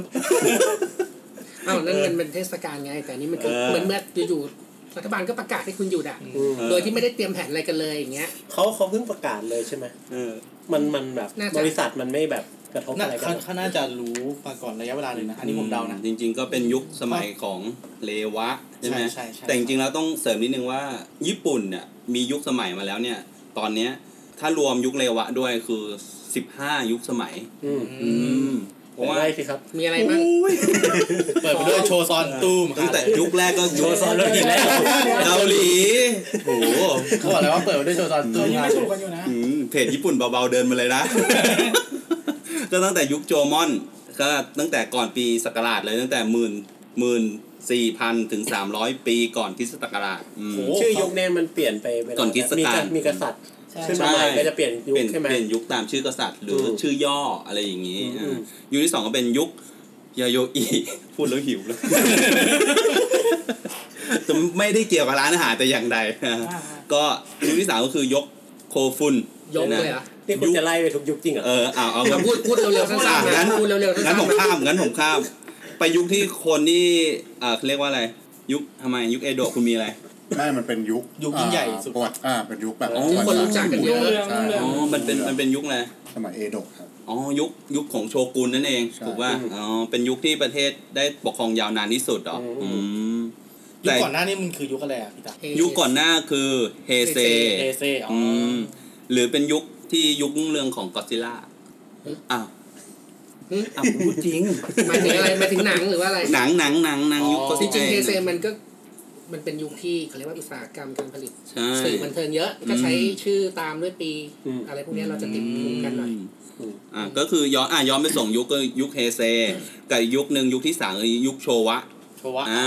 F: อ้าวนั่นมันเป็นเทศกาลไง แต่นี่มันคือ
B: เออ
F: เหมือนเมื่ออยู่ๆรัฐบาลก็ประกาศให้คุณหยุดอ่ะ
A: อืม
F: โดยที่ไม่ได้เตรียมแผนอะไรกันเลยอย่างเงี้ย
A: เขาเขาเพิ่งประกาศเลยใช่ไหม
B: เออ
A: มันมันแบบ
F: น่าจะ
A: บริษัทมันไม่แบบกระทบ
C: น่า
A: อะไรกั
C: เขา
A: น
C: เขาน่าจะรู้มาก่อนระยะเวลาหนึ่งนะ อันนี้ผมเดานะ
B: จริงๆก็เป็นยุคสมัยของเลวะใช่ไหม
C: ใช่ใช่
B: แต่จริงๆแล้วต้องเสริมนิดนึงว่าญี่ปุ่นเนี่ยมียุคสมัยมาแล้วเนี่ย ตอนเนี้ยถ้ารวมยุคเลวะด้วยคือ 15 ยุคสมัย
A: อืม
B: อืมเพ
A: ผม
B: ราะว่า
A: ไล่สิครับ
F: มีอะไรบ้าง
C: เปิดไปด้วยโชซอนตูม
B: ตั้งแต่ยุคแรกก็ยุค
A: โชซอนเรื่องที่แล้ว
B: เกาหลีโอ้โห
C: เขาบอกแล้วว่าเปิดไปด้วยโชซอนตู
E: เรา
C: ม
E: ยังไม่ถูกกันอยู่นะ
B: อืมเพจญี่ปุ่นเบาๆเดินมาเลยนะ ก็ตั้งแต่ยุคโจมอนก็ตั้งแต่ก่อนปีศักราชเลยตั้งแต่หมื่นหมื่นสี่พันถึงสามร้อยปีก่อนคริสตศักราชอืม
C: โอ้โห
A: ชื่อยุคเนี่ยมันเปลี่ยนไปเวลา
B: ก่อนคริสต์
A: มี
B: กาล
A: มีกษัตริย์
E: ใช่
A: ขึ้นมาใหม่ก็จะเปลี่ยนยุค
B: เปลี่ยน
A: ใช่ไหม
B: เปลี่ยนยุคตามชื่อกษัตริย์หรือ
A: ถูก
B: ชื่อย่ออะไรอย่างนี้
A: อืม
B: อ่ายุคที่สองก็เป็นยุคยาโยอี พูดแล้วหิวเลย แต่ไม่ได้เกี่ยวกับร้านอาหารแต่อย่างใดก็ยุคที่สามก็คือยกโคฟุน
F: ยกเลยเหรอ
A: นี่คุณจะไล่ไปทุกยุคจริงเหรอ
B: เออเอาเอา
F: เราพูดพูดเร็วๆสั้นๆ
B: งั้
F: นะ
B: น
F: พูดเร็วๆสั้
B: งั้น
F: น
B: ผมข้ามงั้นผมข้าม ไปยุคที่คนที่เอ่อเขาเรียกว่าอะไร ยุคทำไมยุคเอโดะคุณมีอะไร
D: ไม่มันเป็นยุค
C: ยุคยิ่งใหญ่สุด
D: ประวัติอ่าเป็นยุคแบบ
B: อ๋อ
D: ประวั
F: ๆคน
D: ติศาสตร์
F: รู้จักกันเยอะ
D: ใช่
B: อ๋อมันเป็นมันเป็นยุคอะไร
D: สมัยเอโดะครับ
B: อ๋อยุคยุคของโชกุนนั่นเอง
D: ใช่
B: ถูกว่าอ๋อเป็นยุคที่ประเทศได้ปกครองยาวนานที่สุดเหรออืม
C: ยุค
B: แต่
C: ก่อนหน้านี้มันคือยุคอะไรอ่ะพี่ตา
B: ยุคก่อนหน้าคือเฮเซ
F: เฮ
C: เอเซอ๋อ
B: อืมหรือเป็นยุคที่ยุครุ่งเรื่องของก็อดซิลล่าอ้าว
F: หึ
B: อ้าวพูดจริง
F: หมายถึงอะไรหมายถึงหนังหรือว่าอะไร
B: หนังหนังหนังหนังยุคก็อด
F: จ
B: ซิล
F: ริงๆเฮ
B: ล่า
F: เซมันก็มันเป็นยุคที่เขาเรียกว่าอุตสาหกรรมการผลิต
B: ใช่
F: สื่อบันเทิงเยอะก็ใช้ชื่อตามด้วยปี
A: อืม
F: อะไรพวกเนี้ยเราจะติดหูกันหน่อย
A: อืม
B: อ่าก็คือย้อนอ่ะย้อนไปสองยุคก็ยุคเฮเซกับอีกยุคหนึ่งยุคที่สามคือยุคโชวะ
C: โชวะ
B: อ่า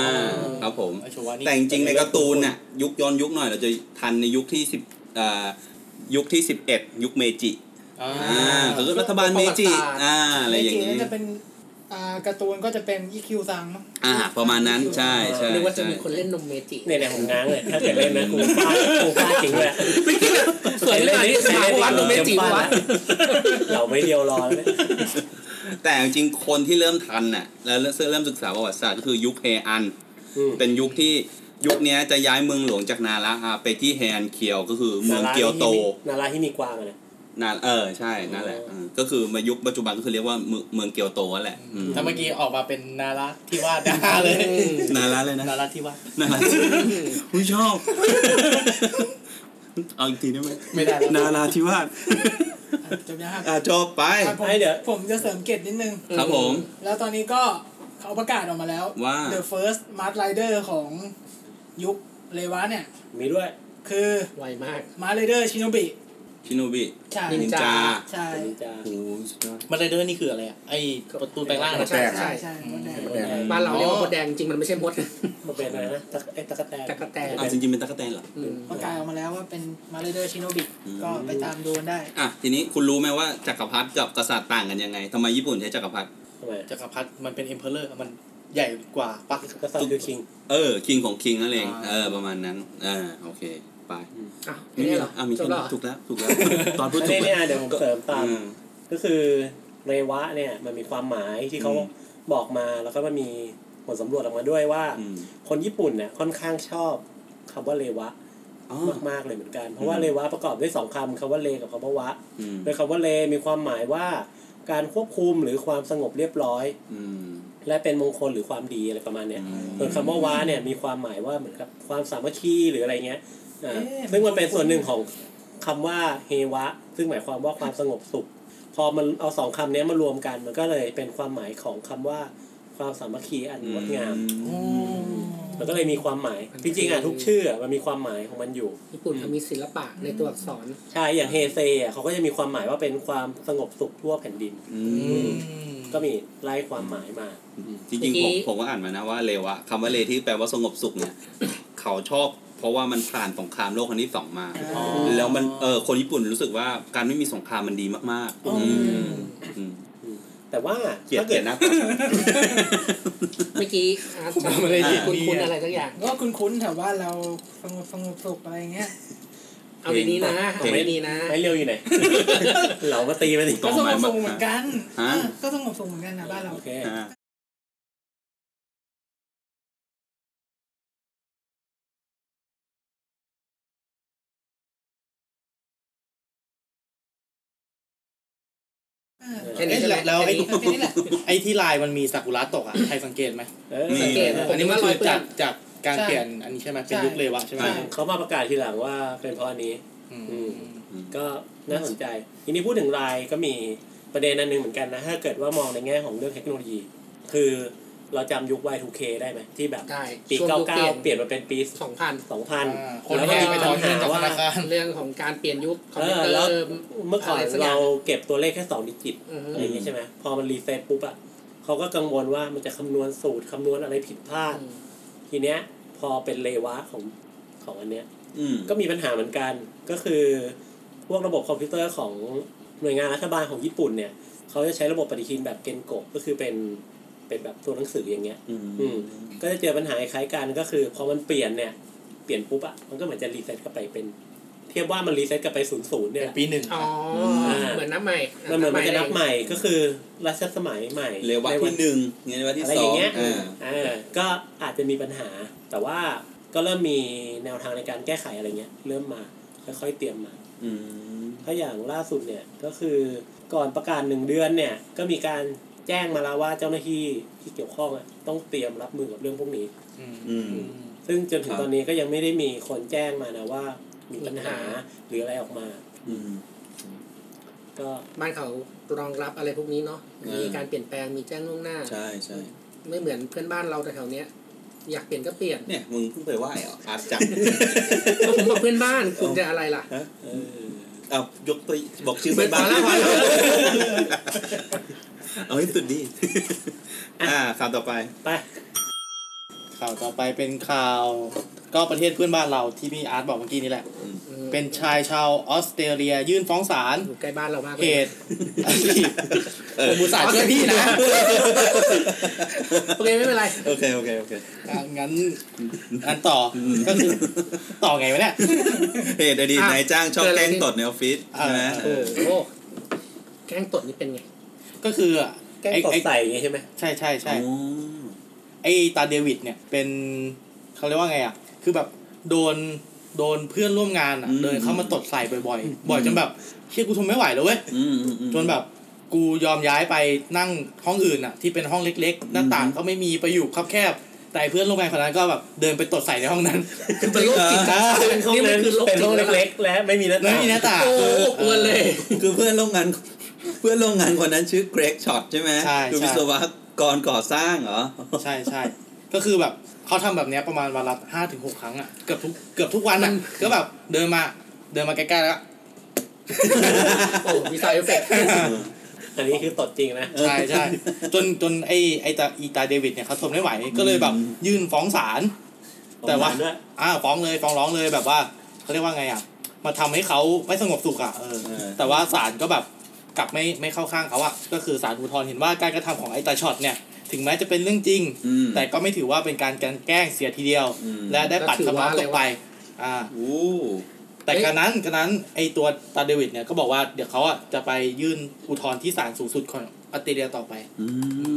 B: ครับผม
C: ไอ้โชวะนี่
B: แต่จริงๆในการ์ตูนน่ะยุคย้อนยุคหน่อยเราจะทันในยุคที่สิบอ่ายุคที่สิบเอ็ดยุคเมจิ
C: อ่า
B: อ่าคือรัฐบาลเมจิ
F: ประวัติศาสตร์
B: อ่าอะไรอย่าง
E: นี้
B: นี้
E: จะเป็นอ่าการ์ตูนก็จะเป็นอีคิวซังมั้ง
B: อ่าประมาณนั้นใช่ใช่
F: นึกว่าจะมี
B: ใช่
F: คนเล่นนมเมจิ
A: เนี่ยเนี่ยผมง้างเลยถ้าเกิดเล่นนะกูฟาดกูฟาดจริงเลยอะ
F: ไม่คิดแบบสวยเลยที่สถาวัดนมเมจิวัด
A: เราไม่เดียวรอเลย
B: แต่จริงๆคนที่เริ่มทันน่ะแล้วเริ่มศึกษาประวัติศาสตร์ก็คือยุคเฮอัน
A: อืม
B: เป็นยุคที่ยุคเนี้ยจะย้ายเมืองหลวงจากนาระอ่าไปที่เฮอันเคียวก็คือเมืองเกียวโต
A: นาราที่มีกวางอะนะ
B: นาเออใช่นั่นแหละอ่าก็คือมายุคปัจจุบันก็คือเรียกว่าเมืองเมืองเกียวโตนั่นแหละอืม
C: ถ้าเมื่อกี้ออกมาเป็นนาราที่วาดนาเลย
B: นาระเลยนะ
C: นาราที่วาด
B: น่ารักอุ้ยชอบ เอาอีกทีได้ไหม
C: ไม่ได้แล้ว
B: นาราธิว าส
E: จบยังครับ
B: อ่ะจบไป
E: อ่ะผม
A: ให้เดี๋ยว
E: ผมจะเสริมเกตนิดนึง
B: ครับผม
E: แล้วตอนนี้ก็เขาประกาศออกมาแล้ว
B: ว่า
E: The First Mart Rider ของยุคเลวะเนี่ย
A: มีด้วย
E: คือ
F: ไวมาก
E: Mart Rider Shinobi
B: ชิโนบิ
E: ใช่
F: นินจา
E: ใช่
A: นินจา
B: โอ้โหสุดยอด
C: มันไรเดอร์นี่คืออะไรอ่ะ ไอ้ประตูแปลงร่างนะ
F: ใช่ใช่
E: ใช่มดแดง
D: แดง
F: บ้านเราเรียกว่ามดแดงจริงมันไม่ใช่มด
A: มันเป็นอะไรนะตะไอ้ตะกะแตน
F: ตะกะแตน
B: อ่ะจริงๆ เป็นตะกะแตนเหรอ
F: อืม
E: ประกาศออกมาแล้วว่าเป็น Mart Rider Shinobi
B: อืม
E: ก็ไปตามดูกันได้
B: อ่ะ ทีนี้คุณรู้ไหมว่าจักรพรรดิกับกษัตริย์ต่างกันยังไงทำไมญี่ปุ่นใช้จักรพรรดิ
A: ทำไม
C: จักรพรรดิมันเป็นเอ็มเพลเลอร์มันใหญ่กว่าปัก
A: กษัตริย์คือคิง
B: เออ คิงของคิงนั่นเอง
C: อ่า
B: เออ ประมาณนั้น อ่า โอเค ไป
F: อ้าว
B: ไม่
F: ไม่
B: มี
F: ได้
B: ห
F: ห
B: ร
F: ร
B: อ
F: อ
B: อ่ะมี
F: จ
B: แค่
F: บแล้ว
B: นี้
F: เหรอ
B: ถูกแล้ว ถูกแล้ว ตอนพูดถู
A: ไม่
B: ก
A: เนี่ยเดี๋ยวผมเสริมตาม
B: อืม
A: ก็คือเรวะเนี่ยมันมีความหมายที่เขา
B: อืม
A: บอกมาแล้วก็มันมีผลสำรวจออกมาด้วยว่า
B: อืม
A: คนญี่ปุ่นเนี่ยค่อนข้างชอบคำว่าเรวะ
B: อ๋อ
A: มากๆเลยเหมือนกัน เพราะว่าเรวะประกอบด้วยสองคำคำว่าเรกับคำว่าวะ
B: อืม
A: โดยคำว่าเลมีความหมายว่า การควบคุมหรือความสงบเรียบร้อย
B: อืม
A: และเป็นมงคลหรือความดีอะไรประมาณเนี้ย
B: อืม
A: ส่วนคำว่าว้าเนี่ยมีความหมายว่าเหมือนกับความสามัคคีหรืออะไรเงี้ย อ่าซึ่งมันเป็นส่วนหนึ่งของคำว่าเฮวะ ซึ่งหมายความว่าความสงบสุข พอมันเอาสองคำเนี้ยมารวมกัน มันก็เลยเป็นความหมายของคำว่าความสามัคคีอันงดงาม มันก็เลยมีความหมาย จริงๆอ่ะทุกชื่ออ่ะมันมีความหมายของมันอยู่
F: ญี่ปุ่นเขามีศิลปะในตัวอักษร
A: ใช่ อย่างเฮเซอ่ะเขาก็จะมีความหมายว่าเป็นความสงบสุขทั่วแผ่นดิน
B: อื
C: อื
B: ม
C: ม
A: ก็มีไล่ความหมายมา
B: จริงๆผม
F: เมื่อกี้
B: ผมก็อ่านมานะว่าเลวะคำว่าเลที่แปลว่าสงบสุขเนี่ย เขาชอบ เพราะว่ามันผ่านสงครามโลกครั้งที่สองมา
A: อ๋อ
B: แล้วมันเออคนญี่ปุ่นรู้สึกว่าการไม่มีสงครามมันดีมากๆ อืมอืม
A: แต่ว่า
B: เกลียด
A: ถ้า
B: เกลี
A: เกิ
B: ย
A: ด
B: ดหนะ
F: เมื่อกี้อาร์ต
C: าเลยดิ
F: คุณคุณอะไรสักอย่าง
E: ก็คุ้นๆแถวบ้านเราสงบสงบสุขอะไรเงี้ย
F: เอาดีๆนะเอาไม่ดีๆนะ
A: ให้เร็วอยู่ไหน เหลามาตีมาดิ
B: ต่
E: ก็
B: อ
E: ส
B: ไป
E: งบสุขเหมือนกัน
B: ฮะ
E: เออก็สงบสุขเหมือนกันนะบ้านเรา
A: โอเค
B: อ่า
F: แค่นี้ใช่ไหม
C: เอ๊ะแล้วไอ้
F: แค่นี้
C: ไอ้ที่ลายมันมีซากุระตกอ่ะ ใครสังเกตไหม
A: เออ
F: สังเกตะ
C: อันนี้มัน
F: ผม
C: คือ
F: ว่ารอยเปื้อ
C: จาน กจากการ
E: ใช่
C: เปลี่ยนอันนี้ใช่ไหมเป็น
E: ใช่
C: ยุคเลวะใช่ไหม
E: ใช่
A: เขามาประกาศทีหลังว่าเป็นเพราะอันนี้
C: อืม
A: อืม ก็น่าสนใจ ทีนี้พูดถึงลายก็มีประเด็นอันหนึ่งเหมือนกันนะ ถ้าเกิดว่ามองในแง่ของเรื่องเทคโนโลยี คือเราจำยุค Y2K ได้ไหมที่แบบ
F: ได้
A: ปี
F: ช่วงยุค
A: 99 เปลี่ยนมาเป็นปี
F: สองพัน
C: อ่า
A: 2000
C: คน
A: แล้ว
C: แห่
A: ก็
C: ไป
A: มี
C: ถ
A: ปั
C: อ
A: ญ
C: นเงิน
A: หา
C: จากธ
A: ว่า
C: นาคาร
F: เรื่องของการเปลี่ยนยุคคอม
A: เออ
F: พิวเตอ
A: แล้ว
F: ร์
A: เมื่อก่อน
F: อะไรสักอย่าง
A: เราเก็บตัวเลขแค่ 2 ดิจิต
F: อือฮึ
A: อะไรอย่างเงี้ยใช่ไหมพอมันรีเซ็ตปุ๊บอะเขาก็กังวลว่ามันจะคำนวณสูตรคำนวณอะไรผิดพลาด ทีเนี้ยพอเป็นเลวะของของอันเนี้ย
B: อืม
A: ก็มีปัญหาเหมือนกันก็คือพวกระบบคอมพิวเตอร์ของหน่วยงานรัฐบาลของญี่ปุ่นเนี่ยเขาจะใช้ระบบปฏิทินแบบเกนโกะก็คือเป็นเป็นแบบตัวหนังสืออย่างเงี้ย
B: อืม
A: อืม ก็จะเจอปัญหาคล้ายกันก็คือ พอมันเปลี่ยนเนี่ยเปลี่ยนปุ๊บอะมันก็เหมือนจะรีเซ็ตกลับไปเป็น เทียบว่ามันรีเซ็ตกลับไปศูนย์ศูนย์เนี่ย
C: ปีหนึ่ง
F: อ๋อ
A: อ่า
F: เหมือนนับใหม่
A: มันเหมือนมันจะนับใหม่ก็คือรัชสมัยใหม่
B: เลวะ
A: ในน
B: ที่หนึ่งเลวะที่
A: อะไร
B: ส
A: อ
B: อย่าง
A: งเงี้ย
B: อ่า
A: เออก็อาจจะมีปัญหา แต่ว่าก็เริ่มมีแนวทางในการแก้ไขอะไรเงี้ย เริ่มมาค่อยๆเตรียมมา
B: อืม
A: ถ้าอย่างล่าสุดเนี่ยก็คือก่อนประกาศหนึ่งเดือนเนี่ยก็มีการแจ้งมาแล้วว่าเจ้าหน้าที่ที่เกี่ยวข้องอะต้องเตรียมรับมือกับเรื่องพวกนี้
C: อืม
B: อืม
A: ซึ่งจนถึ
B: ครั
A: ง
B: บ
A: ตอนนี้ก็ยังไม่ได้มีคนแจ้งมานะว่ามีปัญหาหรืออะไรออกมา
B: อืม
A: ก็
F: บ้านเขารองรับอะไรพวกนี้เนาะ
B: เออ
F: มีการเปลี่ยนแปลงมีแจ้งล่วงหน้า
B: ใช่ใช่
F: ไม่เหมือนเพื่อนบ้านเราแต่แถวเนี้ย อยากเปลี่ยนก็เปลี่ยน
B: เนี่ยมึงเพิ่งไปไหว้เหรออาร์ตจัง
F: ก็ผมบอกเพื่อน บ้านคุณจะอะไรล่ะ
A: เออ
B: อ้าวยกตัวบอกชื่อไปบ้าง
F: พอแล้วพอแล้ว
B: เอาให้สุดดิ อ่าข่าวต่อไป
A: ไป
C: ข่าวต่อไปเป็นข่าวก็ประเทศเพื่อนบ้านเราที่พี่อาร์ตบอกเมื่อกี้นี่แหละ
F: อืม
C: เป็นชายชาวออสเตรเลียยื่นฟ้องศาล
F: อยู่ใกล้บ้านเรามากเล
C: เห
F: ย
C: ตุอาชีพผมอุตส่าห์ช่วยพี่นะ
F: โอเคไม่เป็นไร
B: โอเค โอเค โอเค
C: อ่ะงั้นอันต่อก็คือต่อไงวะเนี่ย
B: เหตุอดีต
F: อ่ะ
B: นายจ้างชอบ
F: เกิดอะไร
B: แกล้ง
F: ขึ้น
B: ตดในออฟฟิศใช่ไหม
C: อ่า
B: เอ
F: โอ้
B: อ
F: โหแกล้งตดนี่เป็นไง
C: ก็คืออ่ะ
A: แกล้ง
C: ไอ้
A: ตด
C: ไอ้
A: ใส่อย่างเงี้ยใช่ไหม
C: ใช่ใช่ใช่
B: อ๋อ
C: ไอ้ตาเดวิดเนี่ยเป็นเขาเรียกว่าไงอ่ะ คือแบบโดนโดนเพื่อนร่วมงานอ่ะเดินเข้ามาตดใส่บ่อยๆ บ่อยจนแบบเชี่ยกูทนไม่ไหวแล้วเว้ย
B: อืมอืมอืม
C: จนแบบกูยอมย้ายไปนั่งห้องอื่นอ่ะ ที่เป็นห้องเล็กๆ หน้าต่างก็ไม่มีไปอยู่คับแคบๆแต่เพื่อนร่วมงานคนนั้นก็แบบเดินไปตดใส่ในห้องนั้น
F: คือเป็นโรคจิต
C: อ่า
A: เป็นห้องนั้นเป็นห้องเล็กๆ และไม่มีหน้าต่า
C: แล้วไม่
A: ง
C: มีหน้าต่าง
F: โอ้โหอบอวนเลย
B: คือเพื่อนร่วมงาน เพื่อนร่วมงานคนนั้นชื่อเกรกช็อตใช่ไหม
C: ใช่
B: คือ
C: ใช่
B: วิศวกรก่อสร้างเหรอ
C: ใช่ใช่ก็คือแบบเขาทำแบบเนี้ยประมาณวันละห้าถึงหกครั้งอ่ะเกือบทุกเกือบทุกวันอ่ะก็แบบเดินมาเดินมาใกล้ๆแล้วก็
F: โอ้มีซาวด์เอฟเฟกต์
A: อันนี้คือตดจริงนะ
C: ใช่ใช่จนจนไอไอตาอีตาเดวิดเนี่ยเขาทนไม่ไหวก็เลยแบบยื่นฟ้องศาล แต่ว่า อ่าฟ้องเลยฟ้องร้องเลยแบบว่าเขาเรียกว่าไงอ่ะ มาทำให้เขาไม่สงบสุขอ่ะเออ
B: เออ
C: แต่ว่าศาลก็แบบกลับไม่ไม่เข้าข้างเขาอ่ะก็คือศาลอุทธรณ์เห็นว่าการกระทำของไอตาช็อตเนี่ย ถึงแม้จะเป็นเรื่องจริง
B: อืม
C: แต่ก็ไม่ถือว่าเป็นการกลั่นแกล้งเสียทีเดียว
B: อืม
C: และได้ปัดคำร้องตกไปอ่า
B: โอ้
C: แต่การนั้นการนั้นไอตัวตาเดวิดเนี่ยก็บอกว่าเดี๋ยวเขาอ่ะจะไปยื่นอุทธรณ์ที่ศาลสูงสุดของออสเตรเลียต่อไป
B: อื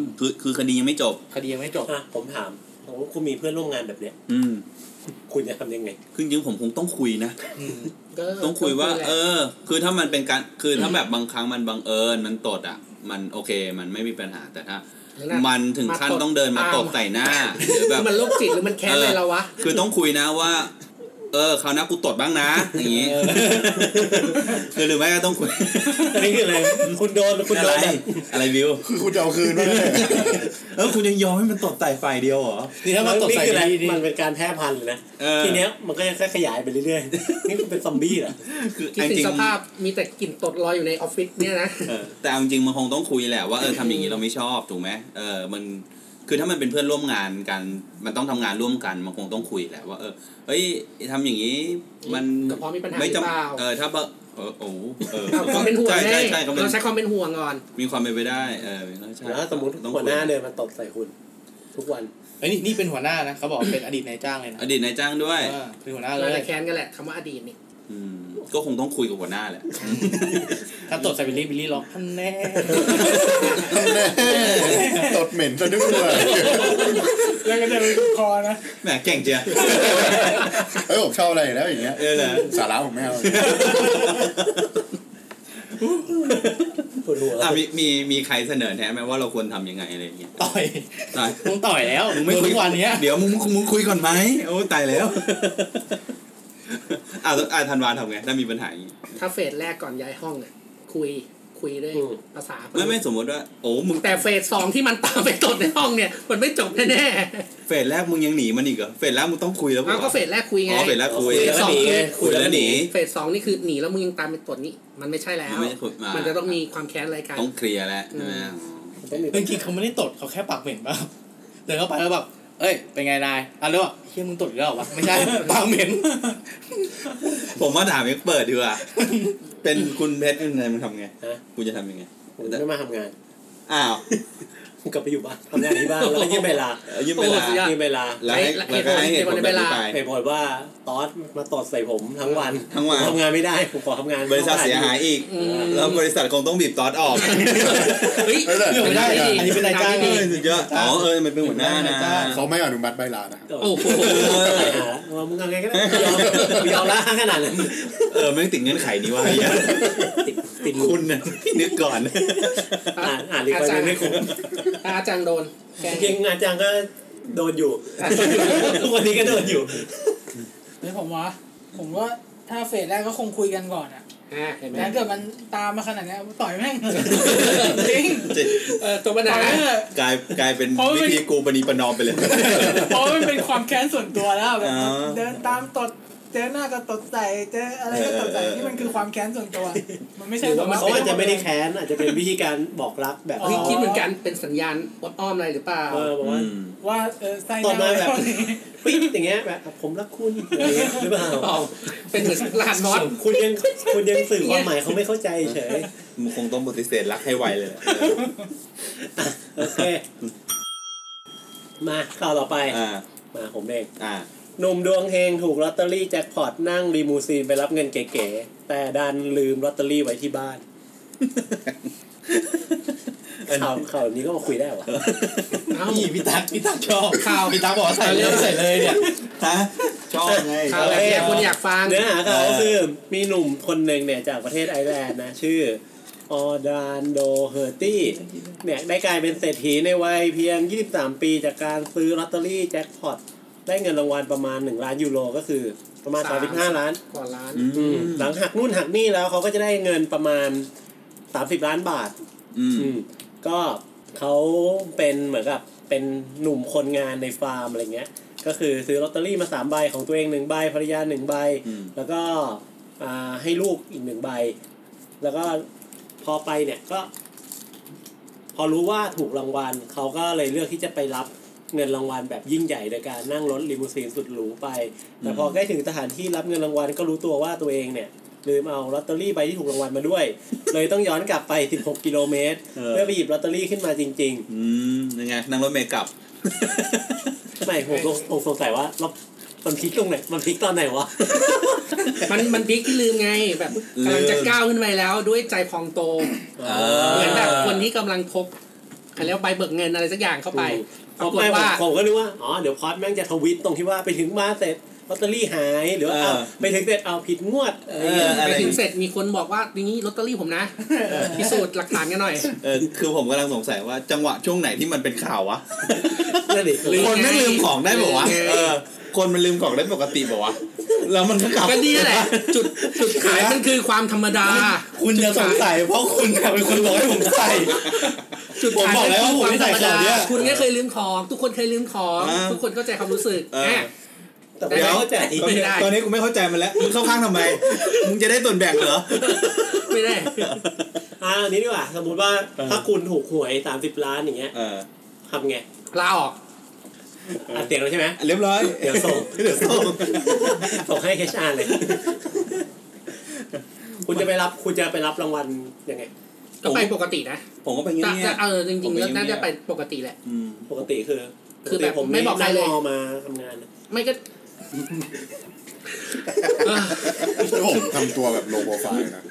B: มคือคือคดียังไม่จบ
C: คดียังไม่จบ
A: อ่ะผมถามผมว่าคุณมีเพื่อนร่วมงานแบบเนี้ย
B: อืม
A: คุณจะทำยังไง
B: คือจริงๆผมคงต้องคุยนะ
C: อืม
F: ก็
B: ต้องคุยว่า
F: แหละ
B: เออ คือถ้ามันเป็นการคือถ้าแบบบางครั้งมันบังเอิญมันตดอ่ะ มันโอเคมันไม่มีปัญหาแต่ถ้า
F: แล้วนะ
B: มันถึงขั้นต้องเดินมาตบใส่หน้าหรือแบบ
F: มันโรคจิตหรือมันแค้น
B: เอออ
F: อะไรเราวะ
B: คือต้องคุยนะว่า เออคราวหน้ากูตดบ้างนะ อย่างงี้ คือหรือไม่ก็ต้องคุย
A: อันนี้คืออะไรคุณโดนคุณ
B: อะ
A: โด
B: ไร
A: นแบบ
B: อะไรวิว
D: คือคุณจะเอาคืนด้วย
B: เออคุณยังยอมให้มันตดใส่ฝ่ายเดียวเหรอ
C: นี่ถ้ามันตดใส่
A: นี่คืออะไร
C: ดีดี
A: มันเป็นการแพร่พันธุ์เลยนะ
B: เออ
A: ทีเนี้ยมันก็จะค่อยขยายไปเรื่อยๆนี่มันเป็นซอมบี้เหรอ
B: คือ
F: คิด
B: เอา
F: ถึ
B: จริ
F: ง
B: ง
F: สภาพมีแต่กลิ่นตดลอยอยู่ในออฟฟิศเนี่ยนะ
B: เออแต่เอาจริงมันคงต้องคุยแหละว่าเออทำอย่างนี้เราไม่ชอบถูกไหมเออมันคือถ้ามันเป็นเพื่อนร่วมงานกัน มันต้องทำงานร่วมกันมันคงต้องคุยแหละว่าเออเฮ้ยทำอย่างนี้มัน
F: กระเพาะมีปัญหา
B: จำ
F: หรือเปล่า
B: เออถ้าเบอร์เออโอ้โหเออ
F: เอาความเป็นห่วง
B: ใช่
F: ไง
B: ใช่ใช่ก็เป็น
F: เราใช้ความเป็นห่วงก่อน
B: มีความเป็นไปได้เออใช่
A: แล้วสมมติ
B: ต้อง
A: หัว
B: คุย
A: หน้าเดินมาตบใส่คุณ ทุกวัน
C: ไอ้ยนี่นี่เป็นหัวหน้านะเขาบอกว่าเป็นอดีตนายจ้างเลยนะ
B: อดีตนายจ้างด้วย
C: เออเป็นหัวหน้าเล
F: เรา
C: ย
F: จะแค้นกันแหละคำว่าอดีตนี่
B: อืม ก็คงต้องคุยกับหัวหน้าแหละ
C: ถ้าตดใส่บิลลี่บิลลี่ร้องพันแน่
D: ตดเหม็นซะด้วย
E: แล้วก็จะไปคอนะ
B: แหมเก่งเจีย
D: เอ้ยผมชอบอะไรอยู่แล้วอย่างเงี้ย
B: เออเหรอ
D: สาระผมไม่เอา
A: ปวดหัว
B: อ่ะมีมีมีใครเสนอแนะไหมว่าเราควรทำยังไงอะไรอย่างเงี้ย
C: ต่อย
B: ตาย
C: มึงต่อยแล้ว
B: มึงไม่คุย
C: ทุกวันเนี้ย
B: เดี๋ยวมึงมึงมึงคุยก่อนไหมโอ้ตายแล้ว อ่ะแล้วอ่ะธันวาทำไง ถ้ามีปัญหาอย่างงี้
F: ถ้าเฟสแรกก่อนย้ายห้องเนี่ยคุยคุยด้วยภาษา
B: ไม่ไม่สมมติว่า โอ้มึง
F: แต่เฟสสองที่มันตามไปตดในห้องเนี่ย มันไม่จบแน่
B: เฟสแรกมึงยังหนีมันอีกเหรอเฟสแรกมึงต้องคุยแล้ว
F: ๆเอาก็เฟสแรกคุยไง
B: อ๋อเฟสแรกคุย
F: เฟ
A: แล้ว
F: สสอง
A: หนีไง
B: คุยแล้วหนี
F: เฟสสองนี่คือหนีแล้วมึงยังตามไปตดนี่มันไม่ใช่แล้ว
B: มันไม่ได้คุยมามั
F: มันจะต้องมีความแค้นอะไรกัน
B: ต้องเคลียร์แล้วใช่ไหม
A: ต้องมี
C: จริงๆเขาไม่ได้ตดเขาแค่ปากเหม็นป่ะเดินเข้าไปแล้วแบบเอ้ยเป็นไงนายอ่ะแล้วบอกเฮียมึงตดอีกแล้วเหรอวะไม่ใช่ปากเหม็น
B: ผมว่าถามเอ็กซ์เปิดดีกว่าเป็นคุณเพชรเป็นไงมึงทำไงคุณจะทำยังไง
A: ผมจะไม่มาทำงาน
B: อ้าว
A: ผมกลับไปอยู่บ้านทำงานที่บ้านแล้วก็ยืมเวลา
B: เออยืมเวลา
F: โอ้สุดยอด
A: ยืมเวลา
B: แล้วให้
F: และ
B: แล้วก็ให้
F: เห
B: เห
F: ตุ
B: ตุ
F: ผ
B: ผ
F: ล
B: ล
F: ใน
B: แบ
F: เว
B: บ
F: ลา
B: นี้ไป
A: เหตุผลว่าตอสมาตดใส่ผมทั้งวัน
B: ทั้งวัน
A: ผมทำงานไม่ได้ผมขอทำงาน
B: บริษัทเสียหายอีก แล้วบริษัทคงต้องบีบตอดออก
F: เฮ้ย
D: เอ้ยแต่
C: เดี๋ยวไม่ได้นะอันนี้เป็นนายจ้าง
F: ดี
B: สุดยอดอ๋อเออมันเป็นหัวหน้านะ
D: เขาไม่อนุมัติใบลานะครับ
A: โอ้
F: โอ้
A: โห
F: โห
A: มึงทำไงก็ได้ยอมยอมละขนาดนั้น
B: เออไม่งติดเงื่อนไขนี้ว่าไอ้เหี้ย
A: ติดติด
B: คุณน่ะนึกก่อน
A: อ่านอ่านรีคอร์ดไม่คุ้ม
F: อาจารย์โดนแกล้ง
A: จริงๆอาจารย์ก็โดนอยู่ทุกวันนี้ก็โดนอยู่
E: เฮ้ยผมว่าผมว่าถ้าเฟสแรกก็คงคุยกันก่อนอะ
F: อ่ะเห็นไหม
E: แต่ถ้าเกิดมันตามมาขนาดเนี้ยต่อยแม่งจริง
F: เออตัวปัญ
E: ต่
F: หา
E: อยแม่งเถอะ
B: กลายกลายเป็น
E: เพราะมัน
B: วิธีกูปณีประนอมไปเลย
E: เพราะมันเป็นความแค้นส่วนตัวแล้วแบบ
B: อ๋อ
E: เดินตามตดเจอหน้าก็ตดใส่เจออะไรก็ตดใส่ที่มันคือความแค้นส่วนตัว มันไม่ใช่
A: หรือว่ามันเขาอาจจะไม่ได้
E: แค้น
A: แค้นอาจจะเป็นวิธีการบอกรักแบบ
E: อ๋อ
F: เฮ้ยคิดเหมือนกันเป็นสัญญาณอดอ้อมอะไรหรือเปล่า
A: เออบอกว่า
E: ว่าเออไส้
A: ตดมา
E: เน่า
A: แบบ
E: เท่านี้
A: ปิ๊บอย่างเงี้ยแบบผมรักคุณอะไรเงี้ยหรือเปล่า
F: เปล่าเป็นเหมือนรหัสมอส
A: คุณยังคุณยังสื่อความหมายเขาไม่เข้าใจเฉย
B: มึงคงต้องปฏิเสธรักให้ไวเลยแหละ
A: โอเค มาข่าวต่อไป
B: อ่า
A: มาผมเอง
B: อ่า
A: หนุ่มดวงเฮงถูกลอตเตอรี่แจ็คพอตนั่งรีมูซีนไปรับเงินเก๋ๆแต่ดันลืมลอตเตอรี่ไว้ที่บ้านข่าวข่าวนี้ก็มาคุยได้วะ
F: เอ้า
C: พี่พี่ตั๊กพี่ตั๊กชอบ
F: ข่าว
C: พี่ตั๊กบอกว่าใส่เลยใส่เลยเนี่ย
B: ฮะชอบไง
F: ข่าวอะไรเนี่ยคนอยากฟัง
A: เนื้อหาข่าวก็คือมีหนุ่มคนหนึ่งเนี่ยจากประเทศไอร์แลนด์นะ ชื่อออดานโดเฮอร์ตี้ เนี่ยได้กลายเป็นเศรษฐีในวัยเพียง 23 ปี จากการซื้อลอตเตอรี่แจ็คพอตได้เงินรางวัลประมาณ 1 ล้านยูโรก็คือประมาณ 35 ล้าน
F: ก่อนร้าน
A: อืมหลังหักนู่นหักนี่แล้วเขาก็จะได้เงินประมาณ 30 ล้านบาท
B: อืม
A: อืมก็เขาเป็นเหมือนกับเป็นหนุ่มคนงานในฟาร์มอะไรเงี้ย ก็คือซื้อลอตเตอรี่มาสามใบของตัวเองหนึ่งใบภรรยาหนึ่งใบ
B: อืม
A: แล้วก็อ่าให้ลูกอีกหนึ่งใบ แล้วก็พอไปเนี่ยก็ พอรู้ว่าถูกรางวัลเขาก็เลยเลือกที่จะไปรับเงินรางวัลแบบยิ่งใหญ่โดยการนั่งรถลิมูซีนสุดหรูไป แต่พอใกล้ถึงสถานที่รับเงินรางวัลก็รู้ตัวว่าตัวเองเนี่ย ลืมเอาลอตเตอรี่ใบที่ถูกรางวัลมาด้วย เลยต้องย้อนกลับไป 16 กิโลเมตร
B: เออ
A: เพื่อไปหยิบลอตเตอรี่ขึ้นมาจริง
B: อืมยังไงนั่งรถเมล์กลับ
A: ๆ ไม่ผมผมสงสัยว่าเรามันพลิกตรงไหน มันพลิกตอนไหนวะ
F: มันมันพลิกที่ลืมไงแบบกำลังจะก้าวขึ้นไปแล้วด้วยใจพองโต
B: เอ
F: เหมือนแบบ
B: อ
F: คนที่กำลังพกเขาเรียกว่าใบเบิกเงินอะไรสักอย่างเข้าไป
A: อืม
F: ปรา
A: ทำ
F: กฏ
A: ไมผม
F: ว่า
A: ผมก็นึกว่า อ๋อ เดี๋ยวพอดแม่งจะทวิตตรงที่ว่าไปถึงบ้านเสร็จลอตเตอรี่หาย หรือว่า
B: เออ
A: เอาไปถึงเสร็จเอาผิดงวดอะไรอย่างเงี้ย
B: อะไร
F: ไปถึงเสร็จมีคนบอกว่านี่ลอตเตอรี่ผมนะพิสูจน์หลักฐานกันหน่อย
B: เออคือผมกำลังสงสัยว่าจังหวะช่วงไหนที่มันเป็นข่าววะ
A: นั่นดิ
F: ลืม
B: คนไม่
F: ไง
B: ลืมของได้บอกวะ
F: ลืมไง
B: เออ คนมันลืมของได้ปกติบอกวะ แล้วมันก็กลับ
F: ก็นี่แหละ จุดจุดขายมันคือความธรรมดา
C: คุณจะสงสัยเพราะคุณน่ะเป็นคนบอกให้ผมใส่
F: จุดขาย
C: ผมบอกแล้วว่าผมไม่ใส่
F: คือ
C: ของเนี่ย
F: คุณก็เคยลืมของ ทุกคนเคยลืมของ
B: อ่า
F: ทุกคนเข้าใจความรู้สึก
B: เออ
F: อ่ะ
A: แต่
F: เดี๋
A: เดี๋
F: ย
A: ยว วแต่อีก
F: ไม่ได้
B: ตอนนี้กูไม่เข้าใจมันแล้วมึงเข้าข้างทำไม มึงจะได้ส่วนแบ่งเหรอ
F: ไม่ได้
A: อ่าอันนี้ดีกว่า สมมติว่า
B: เออ
A: ถ้าคุณถูกหวยสามสิบล้านอย่างเงี้ย
B: เออ
A: ทำไง
F: ลาออก
A: อ่ะเตียงแล้วใช่ไหม
B: เรียบร้อย
A: เดี๋ยวส่ง
B: เดี๋ยวส่ง
A: ส่งให้ HR เลย คุณจะไปรับคุณจะไปรับรางวัลยังไง
F: ก็ไปปกตินะ
B: ผมก็ไปเงี้
F: แต่แต่
B: ยบ
F: เออจริงๆแล้วน่าจะ
B: ผมไป
F: ไป
B: เงียบ
F: ปกติแหละ
B: ๆอืม
A: ปกติคือ
F: คือแบ
A: ป
F: บ
A: ติผม
F: ไม่บอกใครเลย
A: นั่งมาทำงาน
F: ไม่ก็ เออ
D: แล้วผมทำตัวแบบโลโปรไฟล์นะ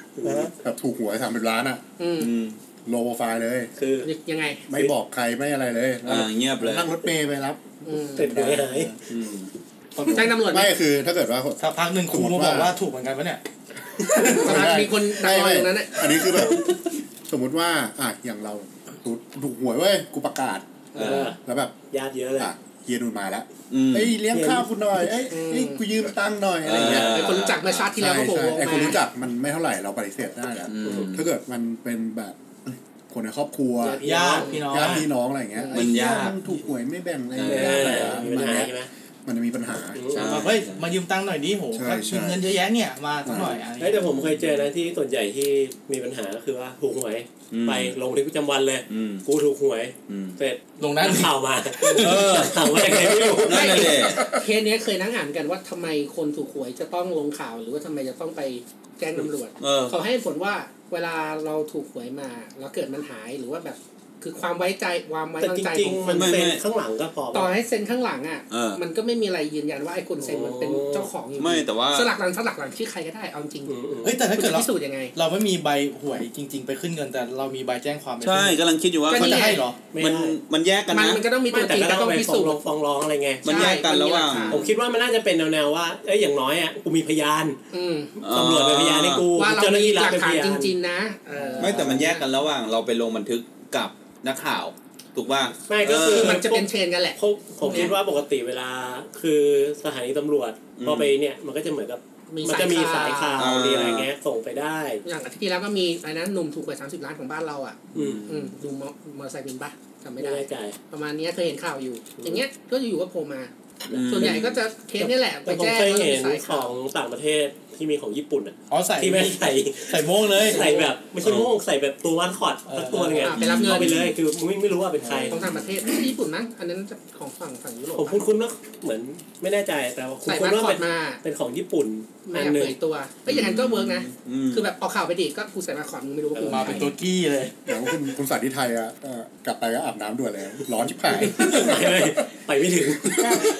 D: แบบถูกหวยสามสิบล้านอะ
F: อืม
B: อืม
D: โลโปรไฟล์เลย
A: คือ
F: ยังไง
D: ไม่บอกใครไม่อะไรเลย
B: อ่าเงียบเลย
D: นั่งรถเมย์ไปรับ
F: อืม
A: ติดหวยหาย
B: อืม
F: แจ้งตำรวจไหม
D: ไม่คือถ้าเกิดว่า
C: สักพักหนึ่งครูมาบอกว่าถูกเหมือนกันปะเนี่ย
F: สำนักมีคนดักรออยู่นั้นน่ะ
D: อันนี้คือแบบ สมมติว่าอ่ะอย่างเราถูกถูกหวยเว้ยกูประกาศ
B: เอ
A: เอ
B: อ
A: อ
D: แล้วแบบ
A: ญาติเยอะเลย
D: อ่ะเฮียนุนมาแล้ว
B: อืม
D: เอ้ยเลี้ยงข้าวกูหน่อยเอ้ยเอ้ยกูยืมตังค์หน่อยอะไรเงี้ย
B: เออ
F: ไอ้คนรู้จักเมื่อชาติที่แล้ว
D: ใช่
F: ก็โผล่
D: ใช่
F: ออก
D: ไอ
F: มา
D: คนรู้จักมันไม่เท่าไหร่เราปฏิเสธได้แล้ว
B: อืม
D: ถ้าเกิดมันเป็นแบบคนในครอบครัว
C: ญาติพี่น้อง
D: ญาติพี่น้องอะไรเงี้ย
B: มัน
D: ไอ้เหี้
B: ยาก
D: มึงถูกหวยไม่แบ่งอะไร
A: เอ
D: ไม่ได้
A: อ
D: อะไรอะ
A: มี
D: มั
A: ปัญ
D: น
A: หา
D: เนี้ย
A: ใช่ไหม
D: มันจะมีปัญหา
B: ใช่
C: บอกเฮ้ยมายืมตังค์หน่อยดิโห
D: ใช่ใช่
C: มีเงินเยอะแยะเนี่ยมาสักหน่อยอะไร
A: เฮ้ยแต่ผมเคยเจอนะที่ส่วนใหญ่ที่มีปัญหาก็คือว่าถูกหวย
B: อืม
A: ไปลงบันทึกประจำวันเลย
B: อืม
A: กูถูกหวย
B: อืม
A: เสร็จ
C: ลงนั้
A: นั่
C: น
A: งข่าวมา
B: เออ
A: ข่าวมาจากไหนไม่รู้
B: นั่นแหละดิ
F: เคสเนี้ยเคยนั่งอ่านกันว่าทำไมคนถูกหวยจะต้องลงข่าวหรือว่าทำไมจะต้องไปแจ้งตำรวจ
B: เออ
F: เขาให้เหตุผลว่าเวลาเราถูกหวยมาแล้วเกิดมันหายหรือว่าแบบ คือความไว้ใจความไว้
A: แต่
F: วาง
A: จ
F: ใจ
A: ริ
F: ข
A: ง
F: อง
A: ๆ
F: ค
A: มัน
F: น
B: ไม่
A: เป็น
B: ไม่
A: ข้างหลังก็พอ
F: ต่อ
A: ป่ะ
F: ให้เซ็นข้างหลังอ่ะ
B: เออ
F: มันก็ไม่มีอะไรยืนยันว่าไอ้คนเซ็นมันเป็น
A: โอ้
F: เจ้าของอยู่
B: ไม่แต่ว่า
F: สลักหลังสลักหลังชื่อใครก็ได้เอาจริง
A: อืมอืม
C: เฮ้ยแต่ถ้า
F: คุณ
C: เกิด
F: จะ
C: เรา
F: พิสูจน์ยังไง
C: เราไม่มีใบหวยจริง ๆ ไปขึ้นเงินแต่เรามีใบแจ้งความไป
B: ใช่
C: ขึ้น
B: กำลังคิดอยู่ว่า
F: ก็
C: เงินมัน
B: มัน
C: จะ
F: ไง
C: ให้เหรอ
A: ไม่
B: มัน
A: ได้
B: มันแยกกัน
F: มัน
B: นะ
F: มันก็ต้องมี
A: ไม่
F: ตัวจ
A: แต่
F: ริง
A: ก็
F: ก็
A: ต้อ
F: ต้อง ง
A: ไป
F: พิ
A: ฟ้อ
F: สู
A: ง
F: จ
A: ร้อง
F: น์
A: ฟ้องร้องอะไรไง
B: มันแยกกัน
F: ใช่
B: ระหว่าง
F: มันมีหลักฐาน
A: ผมคิดว่ามันน่าจะเป็นแนวๆว่า เอ้ย อย่างน้อยอ่ะ กูมีพยาน
F: อืม
A: ตำรวจเป็นพยานให้กู
F: ว่าเรา
A: เจ้าหน้า
F: มี
A: ที่
F: ห
A: รั
F: ลั
A: บ
F: ก
A: เป็น
F: ฐา
A: พ
F: น
A: ยาน
F: จริง ๆ นะเออ
B: ไม่แต่มันแยกกันระหว่างเราไปลงบันทึกกับนักข่าว ถูกป่ะ
A: ไม่ก็คือ
F: คือ
A: มั
F: มัน น
A: จะ
F: จะ
A: เป็
F: เป็น นเชนกันแหละ
A: ผมผมคิดว่าปกติเวลาคือสถานีตำรวจพอไปเนี่ยมันก็จะเหมือนกับมันจะมีสายข่าวมีอะไรเงี้ยส่งไปได้
F: อย่างอาทิตย์ที่แล้วก็มีอะไรนะหนุ่มถูกหวยสามสิบล้านของบ้านเราอ่ะ
A: อืม
F: อืมดูมอมอเตอร์ไซค์บินปะจำ
A: ไม่
F: ไม่ได้
A: แน่ใจ
F: ประมาณเนี้ยเคยเห็นข่าวอยู่ อย่างเงี้ยก็อยู่ๆก็โผล่มา
B: อืม
F: ส่วนใหญ่ก็จะเคสเนี่ยแหละไป
A: แต่ผม
F: แจ้ง
A: เคย
F: แล้วก็
A: เห็
F: มี
A: น
F: สาย
A: ข
F: ข่า
A: อ
F: ว
A: งต่างประเทศที่มีของญี่ปุ่นอ่ะ
C: อ๋อใส่
A: ที่ไม่ใส่
C: ใส่โม่งเลย
A: ใส่แบบ ไม่ใช่โม่งใส่แบบตัววันคอร์ดสักตัวหนึงอะ
F: อ่ะไปรับเงิ
A: เอา
F: น
A: ไปเลยคือมึงไม่รู้ว่าเป็นใคร
F: ของต่างประเทศที่ญี่ปุ่นมั้งอันนั้นจะของฝั่งฝั่งยุโรป
A: ผมคุ้นคุ้นๆว่าเหมือนไม่แน่ใจแต่ว่าคุ้น
F: ใส่
A: คุ้
F: มาน ส
A: ว่า
F: คอ
A: เป็
F: ต
A: น
F: มา
A: เป็นของญี่ปุ่น
F: ไม่
A: อั
F: อน ยาก
A: หนึ่ง
F: เผยตัวก็อย่างนั้นก็เวิร์กนะ
B: ม
F: คือแบบเอาข่าวไปดิก็กูใส่มาสคอตมึงไม่รู้ว่ากู
C: มาเป็นตัวกี้เลย
D: เดี๋ยวคุณคุณสัตว์ที่ไทยอ่ะเอ่อกลับไปก็อาบน้ำด่วนเลยร้อนชิบหาย
A: ไม่ไม่ไปไม่ถึง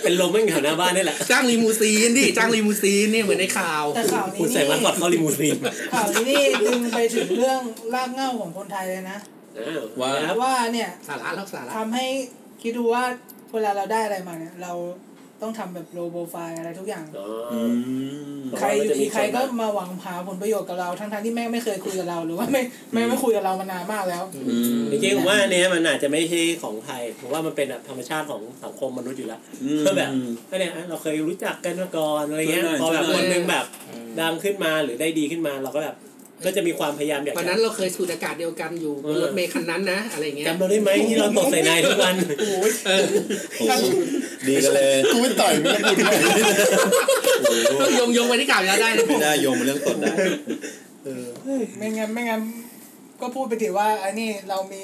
A: เป็นลมไม่อยู่แถวหน้าบ้านนี่แหละ
F: จ้างรีมูซีนดิจ้างรีมูซีนเนี่ยเหมือนในข่าว
E: แต่ข่าวนี้
A: คุณใส่
E: นี่
A: มัดกอดเข้าลิมูซีน
E: ข่าวนี้นี่ดึงไปถึงเรื่องรากเหง้าของคนไทยเลยนะ
A: อ้าว
B: ว่า
A: ครับ
E: ว่าเนี่ย
F: สาระแล้วสาระ
E: ทำให้คิดดูว่าเวลาเราได้อะไรมาเนี่ยเราต้องทำแบบโลโปรไฟล์อะไรทุกอย่าง
A: อ๋ออ
B: อืม
E: ใครอยู่ดีใครก็
A: มันจะมีคนมา
E: มาหวังหาผลประโยชน์กับเราทั้งๆที่แม่งไม่เคยคุยกับเราหรือว่าไม่ไม่ไม่คุยกับเรามานานมากแล้ว
B: อืม
A: จริงๆผมว่าอันเนี้ยมันอาจจะไม่ใช่ของไทยผมว่ามันเป็นแบบธรรมชาติของสังคมมนุษย์อยู่แล้วก็แบบก็เนี่ยเราเคยรู้จักกันมาก่อนอะไรเงี้ย
B: ใช่ใช่
A: พอแบบคนหนึงแบบดังขึ้นมาหรือได้ดีขึ้นมาเราก็แบบ ก็จะมีความพยายามอยาก
F: วัน
A: จะ
F: นั้นเราเคยสูดอากาศเดียวกันอยู่บนรถเมล์คันนั้นนะ อะไรเงี้ย
A: จำเราได้ไหมที่เราตกใส่นายทุกวัน
F: เออ
B: โอ้โหดีกันเลย
D: กูไม่ต่อยมึงกูด้วย
B: โอ้โห
F: ก็โยงโยงไปที่ข่าวแล้วได้นะ
B: ไม่ได้โยงมาเรื่องสดได้
E: ไม่งั้นไม่งั้นก็พูดไปถือว่าไอ้นี่เรามี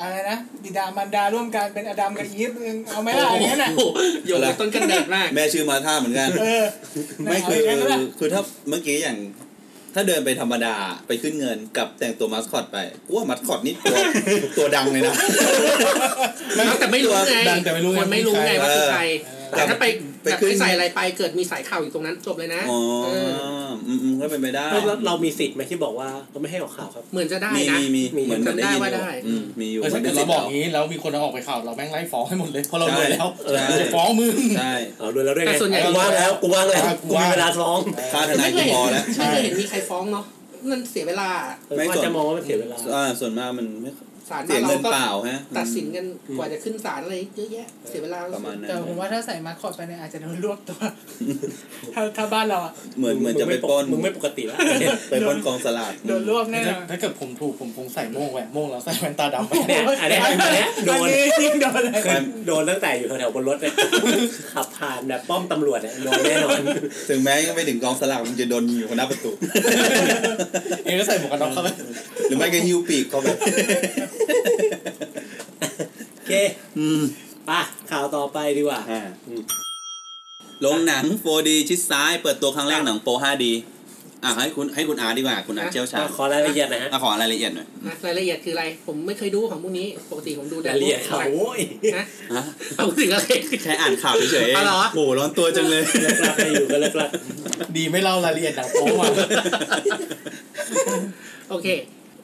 E: อะไรนะบิดามารดาร่วมกันเป็นอดัมกับอีฟเองเอาไหมล่ะอย่างนั้นน่ะ
F: โอ้โหโยงไปต้นกันแดดมาก
B: แม่ชื่อมาท่าเหมือนกัน
E: เออ
B: ไม่คือ
E: เอาย่างนั้นละ
B: คือถ้าเมื่อกี้อย่าง ถ้าเดินไปธรรมดาไปขึ้นเงินกับแต่งตัวมัสคอตไปกูว่ามัสคอตนี่ตัว ตัวดังเลยนะ
F: แต่ไม่รู้ไง
C: ดังแต่ไม่รู้ไง
F: คนไม่รู้ไงว่าคือใคร
B: เออ
F: แต่ถ้าไป
B: ไป
F: แบบ
B: ขึ้น
F: ไม่ใส่อะไรไปเกิดมีสายข่าวอยู่ตรงนั้นจบเลยนะ
B: อ๋อ
F: เออ
B: อืมอืมก็เป็นไปได้
A: แล้วเรามีสิทธิ์ไหมที่บอกว่าเราไม่ให้ออกข่าวครับ
F: เหมือนจะได้
B: มี
F: นะ
B: มีมี
A: มี
B: เหมือนจะได้ยิน
F: จำได้ว่า
B: อยู่
F: ได้
B: อืมมีอยู่
C: เออถ้าเกิดเราบอกอย่างนี้แล้วมีคนเอาออกไปข่าวเราแม่งไล่ฟ้องให้หมดเลยเพราะเราโดนแล้ว
B: ใช่
C: เราจะฟ้องมึง
B: ใช่
A: เอาดูแล้วด้วยไง
F: แต่ส่วนใหญ่
A: กูว่างแล้วกูว่างแล้ว
C: กู
A: กู
C: ว่า
A: มี
C: ง
A: เวลาซ้อม
B: ค่าทนาย
F: ไม่เค
B: กู
F: ยเห็
B: พ
F: น
B: อแล้ว
F: ไม่เคยเห็นมีใครฟ้องเนาะนั่นเสียเวลา
A: ไม่
B: ไม่สน
A: จะมองว่ามันเสียเวลา
B: อ่าส่วนมากมันไม่
F: ศาล
B: เสีย
F: บ้าน
B: เงิน
F: เราก็
B: เปล่าฮะ
F: ตัดสินกันกว่าจะขึ้นศาลอะไรเยอะแยะ เสียเวลา
B: ประมาณนั้น
E: แต่ผมว่าถ้าใส่มาสคอตไปเนี่ยอาจจะโดนรวบตัว ถ้าถ้าบ้านเราอ่ะ
B: เหมือนเหมือนจะไปปล้น
A: มึงไม่ปกติแล้ว
B: ไปปล้นกองสลาก
E: โดนรวบแน่นอน
C: ถ้าเกิดผมถูกผมคงใส่โม่งไว้โม่งแล้วใส่แว่นตาด ำไป
A: เนี่ยอันเนี้ยอันเนี้ยโดน
E: อัยิ่งโดนเลย
A: โดนตั้งแต่อยู่แถวๆบนรถเลยขับผ่านแบบป้อมตำรวจเนี่ยโดนแน่นอน
B: ถึงแม้ยังไม่ถึงกองสลากมึงจะโดนอยู่หน้าประตู
C: เองก็ใส่หมวกกันน็อกเข้าไป
B: หรือไม่ก็หิ้วปีกเข้าไป
A: โอเค
B: อืม
A: ป่ะข่าวต่อไปดีกว่า
B: อ่า
A: อืม
B: ลงหนัง 4D ชิดซ้าย เปิดตัวครั้งแรกหนังโป 5D อ่ะให้คุณให้คุณอาร์ตดีกว่า คุณอาร์ตเชี่ยวชาญ
A: ขอรายละเอียดนะฮะ
B: อ่ะขอรายละเอียดหน่อย
F: อ่ะรายละเอียดคืออะไร ผมไม่เคยดูของพวกนี้ ปกติผมดูแต่
A: รายละเอียดเขาโอ้ย
F: ฮะ
B: ฮะ
F: เอาถึงอะไร
B: แค่อ่านข่าวเฉยๆ
F: อ๋อเหรอ
B: โอ้โหร้อนตัวจังเลย
A: เลิกลักไปอยู่กันเลิกลัก
C: ดีไม่เล่ารายละเอียดหนังโป๊มา
F: โอเค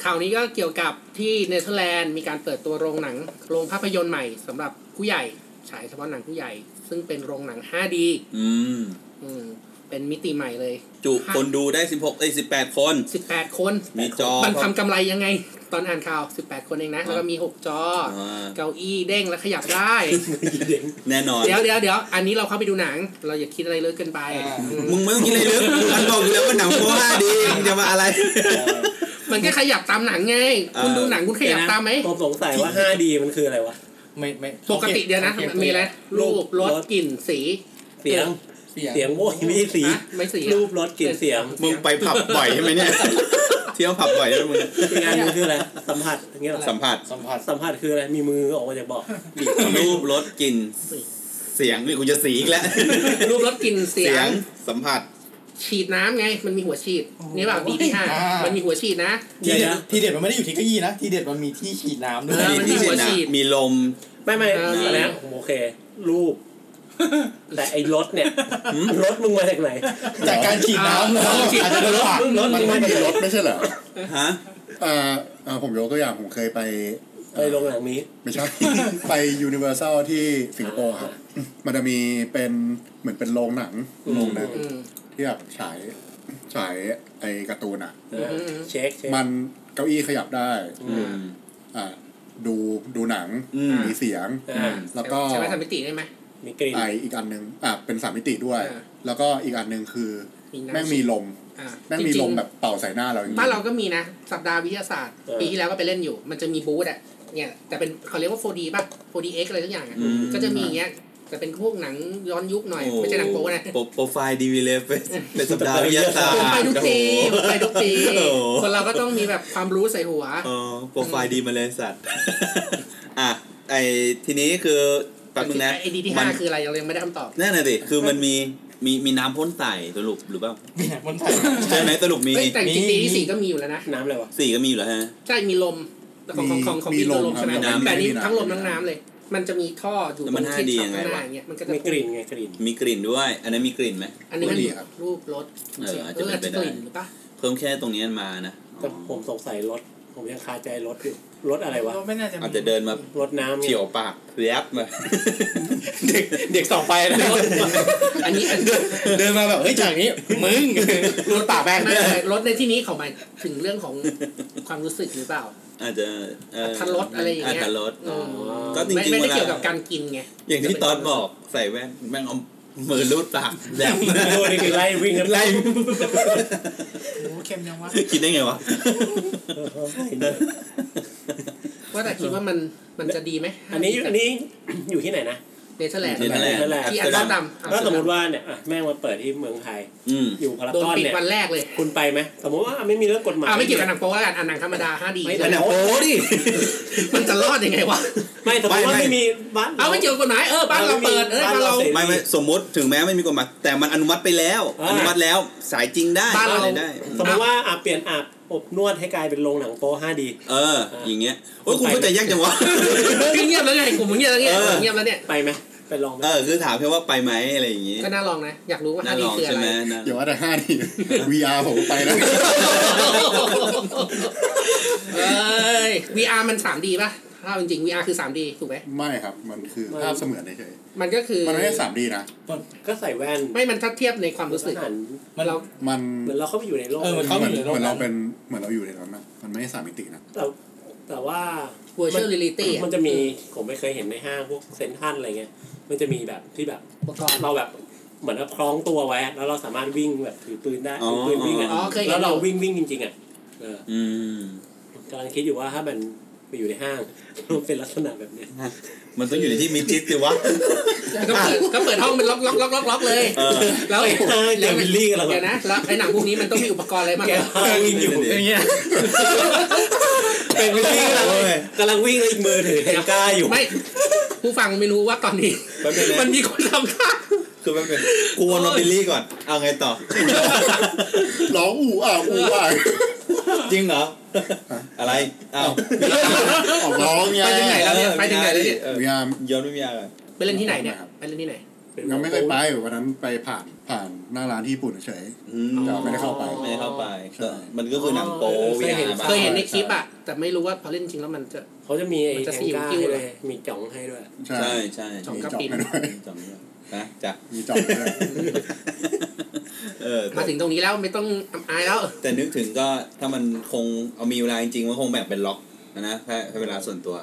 F: ข่าวนี้ก็เกี่ยวกับที่เนเธอร์แลนด์มีการเปิดตัวโรงหนัง โรงภาพยนตร์ใหม่สำหรับผู้ใหญ่ ฉายเฉพาะหนังผู้ใหญ่ ซึ่งเป็นโรงหนัง 5D
B: อืม
F: อืมเป็นมิติใหม่เลย
B: จุคนดูได้ 16เอ้ย18 คน
F: 18 คน
B: มีจอ
F: มันทำกำไรยังไง ตอนอ่านข่าว 18 คนเองนะ แล้วก็มี 6 จอ
B: อ่า
F: เก้าอี้เด้งแล้วขยับได้
B: แน่นอน
F: เดี๋ยวเดี๋ยวเดี๋ยวอันนี้เราเข้าไปดูหนัง เราอย่าคิดอะไรเลิกเกินไป
C: อ่า
F: อืม
B: มึงไม่ต้องกินอะไรลึกมันบอกอยู่แล้วว่าหนังโป 5D มึงจะมาอะไร
F: มันก็ขยับตามหนังไง คุณดูหนังคุณขยับตามไหม
A: ผมสงสัยว่า 5D มันคืออะไรวะ
C: ไม่ไม่
F: ปกติเดียวนะ
C: ขาก็บ
F: มีอะไรรูปรสกลิ่นสี
A: เสียง
C: เสียง
A: เสียงโม้ยไม่ใช่สี
F: ฮะไม่สี
A: รูปรถกลิ่นเสียง
B: มึงไปผับบ่อยใช่ไหมเนี่ย เที่ยวผับบ่อยใช่ไหมมึง
A: อีกงานหนึงคืออะไรสัมผัสอย่างเงี้ยเหรอ
B: สัมผัส
C: สัมผัส
A: สัมผัสคืออะไรมีมือออกมาจากเบาะ
B: รูปรสกลิ่นเสียงนี่กูจะสีอีกแล้ว
F: รูปรสกลิ่นเสี
B: เสี
F: ย
B: ย
F: ง
B: งสัมผัส
F: ฉีดน้ำไง มันมีหัวฉีด นี่แบบดีที่ห้ามันมีหัวฉีดนะ
C: ที
A: เดี๋ยวนะ
C: เด็ดทีเด็ดมันไม่ได้อยู่ที่เก้าอี้นะ ทีเด็ดมันมีที่ฉีดน้ำด้ว
F: เอย อ
B: มี
F: มันมี
B: ที่
F: หั
B: ฉี
F: ว
B: ดนะ
F: ฉีด
B: มีลม
A: ไม่ไม่
F: เออมี
A: อันนี้ผมโอเค รูป แต่ไอ้รถเนี่ยรถมึงมาจากไหน
C: จากการฉีดน้ำเลย
F: เออฉีด
C: อาจจะโดนปาก
A: รถ
D: มัน
A: มึง
D: ไม่
A: มา
D: เป็
A: จาก
D: น
A: ไหน
D: รถไม่ใช่เหรอ
B: ฮะ
D: อ่าอ่าผมยกตัวอย่างผมเคยไป
A: ไปโรงหนังนี้
D: ไม่ใช่ ไปยูนิเวอร์แซลที่สิงคโปร์ครับ มันจะมีเป็นเหมือนเป็นโรงหนังโรงหนัง
F: อืม
D: ที่แบบฉายฉายไอ้การ์ตูนอ่ะ
A: เออเช็คเช็ค
D: มันเก้าอี้ขยับได้
A: อืม
D: อ่าดูดูหนัง
B: อืม
D: มีเสียง
A: อ่า
D: แล้วก็
F: ใช้ไหมทำมิติได้ไหม
A: มีกลิ่น
D: ไออีกอันหนึงอ่าเป็นสามมิติด้วย
F: อ่า
D: แล้วก็อีกอันหนึงคือ
F: มีน้ำ
D: แม่งมีลม
F: อ่า
D: แม่งมี
F: จริ
D: ล
F: ง
D: ม
F: ๆ
D: แบบเป่าใส่หน้าเราอย่าง
F: บ้านเราก็มีนะ สัปดาห์วิทยาศาสตร์ ปีที่แล้วก็ไปเล่นอยู่ มันจะมีบูธอ่ะ เนี่ย แต่เป็นเขาเรียกว่า 4D ป่ะ 4DX อะไรทุกอย่างอะ
B: อืม
F: ก็จะมีอย่างเงี้ย แต่เป็นพวกหนังย้อนยุคหน่อย
B: โอ้
F: ไม่ใช่หนังโป๊นะ
B: โปรโปรไฟล์ดีวีเลฟเป็นสัปดาห์วิทยาศาสตร์
F: ผมไปทุกปีผมไปทุกปี
B: โอ้โห
F: คนเราก็ต้องมีแบบความรู้ใส่หัว
B: อ๋อโปรไฟล์ดีมาเลยสัต ว์ อ่ะ ไอทีนี้คือแป๊บนึงนะ
F: ไอ้ดีที่
B: มั
F: ห้าน คืออะไรเรายังไม่ได้คำตอบ
B: นั่นน่ะสิคือมันมีมีมีน้ำพ่นใส่สรุปหรือเปล่า
C: มีหนังบนถ่าย
B: ใช่ไหมสรุปมี
F: เอ้ยแต่จริง
C: มี
F: ๆปีที่สี่ก็มีอยู่แล้วนะ
A: น้ำอะไรวะ
B: สี่ก็มีอยู่แล้วฮะ
F: ใช่มีลมของของของของ
D: มี
F: มีลม
D: ครั
F: ใช่
D: บ
F: ไหม
B: น้ำ
F: แต่อันนี้ทั้งลม
D: ไ
F: ทั้งน้ำเลย มันจะมีท่ออยู่
B: แล้ว
F: ต
B: มั
F: ร
B: น
F: งที่
B: 5D
F: ฉากข้า
B: ยัง
F: งหน้าว
B: ไงะ
F: อย่างเงี้ยมันก็จะ
A: มีกลิ่นไงกลิ่น
B: มีกลิ่นด้วย อันนั้นมีกลิ่นไหม
F: อันนี้มัน
D: ไม่ดีครับ
F: รูปรถ
B: เอออาจ
F: เอ
B: จะ
F: อ
B: เป็
F: อาจ
B: นไป
F: จะ
B: ได้
F: กลิ่นหรือปะ
B: เพิ่มแค่ตรงนี้มานะ
A: แต่ผมสงสัยรถ ผมยังคาใจรถอยู่รถอะไรวะ
E: ก็ไม่น่าจะมี
B: อาจจะเดินมาร
A: ถน้ำไง
B: เฉี่ยวปากแรบมา
C: เด็กเด็กสองไปนะ
F: อัน นี้อัน
C: เดินมาแบบเฮ้ยจากนี้ มึงรูดปากแม่ง
F: ไม่ไม่รถในที่นี้เขาหมายถึงเรื่องของความรู้สึกหรือเปล่า
B: อาจจะเ
F: อัตรสอะไรอย่างเงี้ย
B: ตรส
F: อืม
B: ก็จริงๆ
F: ไม่ไม่
B: เวลา
F: ได้เกี่ยวกับการกินไง
B: อย่างที่ตอนบอกใส่แว่นแม่งเอามือรูด ปากแรบ
A: ดูนี่คือไล่วิ่งกัน
B: ไล่
E: โอ้โหเค็มยังวะ
B: คิดได้ไงวะ
F: ว่าแต่คิดว่ามันมันจะดีไหม
A: อันนี้อันนี้ อยู่ที่ไหนนะ
F: เนเธอร์แลนด์
B: เนเธอร์แลนด์
F: ที่อันดับต่ำ
A: ถ้าสมมติว่าเนี่ยอ่ะแม่งมาเปิดที่เมืองไทย
B: อืม
A: อยู่พาราก
F: โดน
A: อน
F: ปิด
A: เนี่ย
F: วันแรกเลย
A: คุณไปไหมสมมติว่าไม่มีเรื่องกฎหมาย
F: อ่าไม่เกี่ยวกับหนังโป๊แล้วกันอ่ะหนังธรรมดา 5D
A: ไม่
B: อันนั้นโอ้ดิ
F: มันจะรอดยังไงวะ
A: ไม่สมมติว่า
B: ไม่ไม่
A: ไม่มีบ้าน
F: เอาไม่เกี่ยวกับกฎหมายเออบ้านเราเปิดเออบ้านเรา
B: ไม่ไม่สมมติถึงแม้ไม่มีกฎหมายแต่มันอนุมัติไปแล้ว
A: อ่า
B: อนุมัติแล้วสายจริงได้
F: บ้านเรา
B: อะไรได้
A: สมมติว่าอาเปลี่ยนอาบอบนวดให้กลายเป็นโรงหนังโป๊ 5D
B: เออ อย่างเงี้ยโอ้ยคุณเข้าใจยากจังวะ
F: เงียบแล้วไงกลุ่มมึงเงียบแล้วเนี่ย
B: เออ
F: เงียบแล้วเนี่ย
A: ไปไหมไปลองไหม
B: เออคือถามแค่ว่าไปไหมอะไรอย่างงี้
F: ก็น่าลองนะ อยากรู้ว่า
B: น่า
F: 5D
B: ลอง
F: คืออะ
B: ใช่
F: ไร
B: ไหมน่าล
D: เดี๋ย
B: อง
D: วว่าแต่ห้าดี VR ผมไป แล้ว
F: เอ้ย VR มัน 3D ป่ะถ้าเอาจริงๆ VR คือ 3D ถูกไหม
D: ไม่ครับมันคือภาพเสมือนเฉย
F: มันก็คือ
D: ๆมันไม่ใช่สามดีนะ
A: ก็ใส่แว่น
F: ไม่มันทัดเทียบในความรู้สึก
A: หัน
F: มันเรา
D: มัน
A: เหมือนเราเข้าไปอยู่ในโลก
C: เออมัน
D: เห
C: เข้า
D: มือ
C: มา
D: น
C: อยู่ในโล
D: เห
C: ก
D: มือน
C: นั้
D: เรา
C: น
D: เป็นเหมือนเราอยู่ในนั้นนะมันไม่ใช่สามมิตินะ
A: เรา แต่ว่า
F: virtual reality
A: มันจะมีผมไม่เคยเห็นในห้างพวกเซ็นทรัลอะไรเงี้ย มันจะมีแบบที่แบบ
F: อุปกรณ์
A: เราแบบเหมือนแบบคล้องตัวไว้อะแล้วเราสามารถวิ่งแบบถือปืนได้
B: อ๋อ
A: ถือปืนวิ่งอ่ะ
F: อ๋อเคยเห็น
A: แล้วเราวิ่งวิ่งจริงๆอ่ะเออ
B: อืม
A: กำลังคิดอยู่ว่าถ้ามันไปอยู่ในห้าง มันเป็นลักษณะแบบ เนี้ย
B: มันต้องอยู่ในที่มิดชิดสิวะ
F: ก็เปิดก็เปิดห้องเป็นล็อกล็อกล็อกล็อกล็อกเลย
B: เออ
F: แล้ว
A: ไปห้างเจ
F: แล้
A: อ
F: ว
A: วิลลี่กันแล้ว
F: เดี๋ยวนะแล้วไอ้หนังพวกนี้มันต้องมีอุปกรณ์อะไรบ้าง
A: แก
F: นะ
A: วิ่งอยู่
B: อย่างเงี้ย
A: เป็นวิลลี่กำลัง
B: โอ้ย
A: กำลังวิ่งแล้วอีกมือถือเทนก้าอยู่
F: ไม่ผู้ฟังไม่รู้ว่าตอนนี้
B: แป๊บนึงนะ
F: มันมีคนทำค่า
B: คือมันเป็นกวนมาบิลลี่ก่อน เอาไงต่อ
D: ร้องอู่อ่างอู่อ่าง
B: จริงเหรอ อะไรอ้าว
D: ออกร้องไง
F: ไปถึงไหน แล้วเนี่ยปถึงไหนแล้วเนี่ย
B: ออ
D: พยายาม
B: ย้อนไม่มีอะไร
F: ไปเล่นที่ไหนเนี่ยไปเล่นที่ไหน
D: ยังไม่เคยไปวันนั้นไปผ่านผ่านหน้าร้านที่ญี่ปุ่นเฉย
B: อืม
D: แต่ไม่ได้เข้าไป
B: ไม่ได้เข้าไป
D: ใช่
B: ก็มันก็คือหนังโป๊
A: เออเค
B: วิ
A: ย
B: หา
A: เห็น
B: บ้าง
F: เคยเห็นในคลิปอะแต่ไม่รู้ว่าพอเล่นจริงแล้วมันจะ
A: เขาจะมีไอ้
F: มันจะ
A: เทน
F: สยิว
A: ก้า
F: กิ้ว
A: ให้
F: เล
A: เลย ยมีจ่องให้ด้วย
D: ใช่
B: ใช่ใช่
F: จอม
D: มีจ
F: กระ
D: อบ
F: ปิ่น
D: ให้ ด้วย
B: จำได้นะจ้ะ
D: มีจอบให้ด้วย
B: เออแต่
F: มาถึงตรงนี้แล้วไม่ต้องอับอายแล้ว
B: แต่นึกถึงก็ถ้ามันคงเอามีเวลาจริงๆมันคงแบ่งเป็นล็อกนะนะแค่ให้เวลาส่วนตัว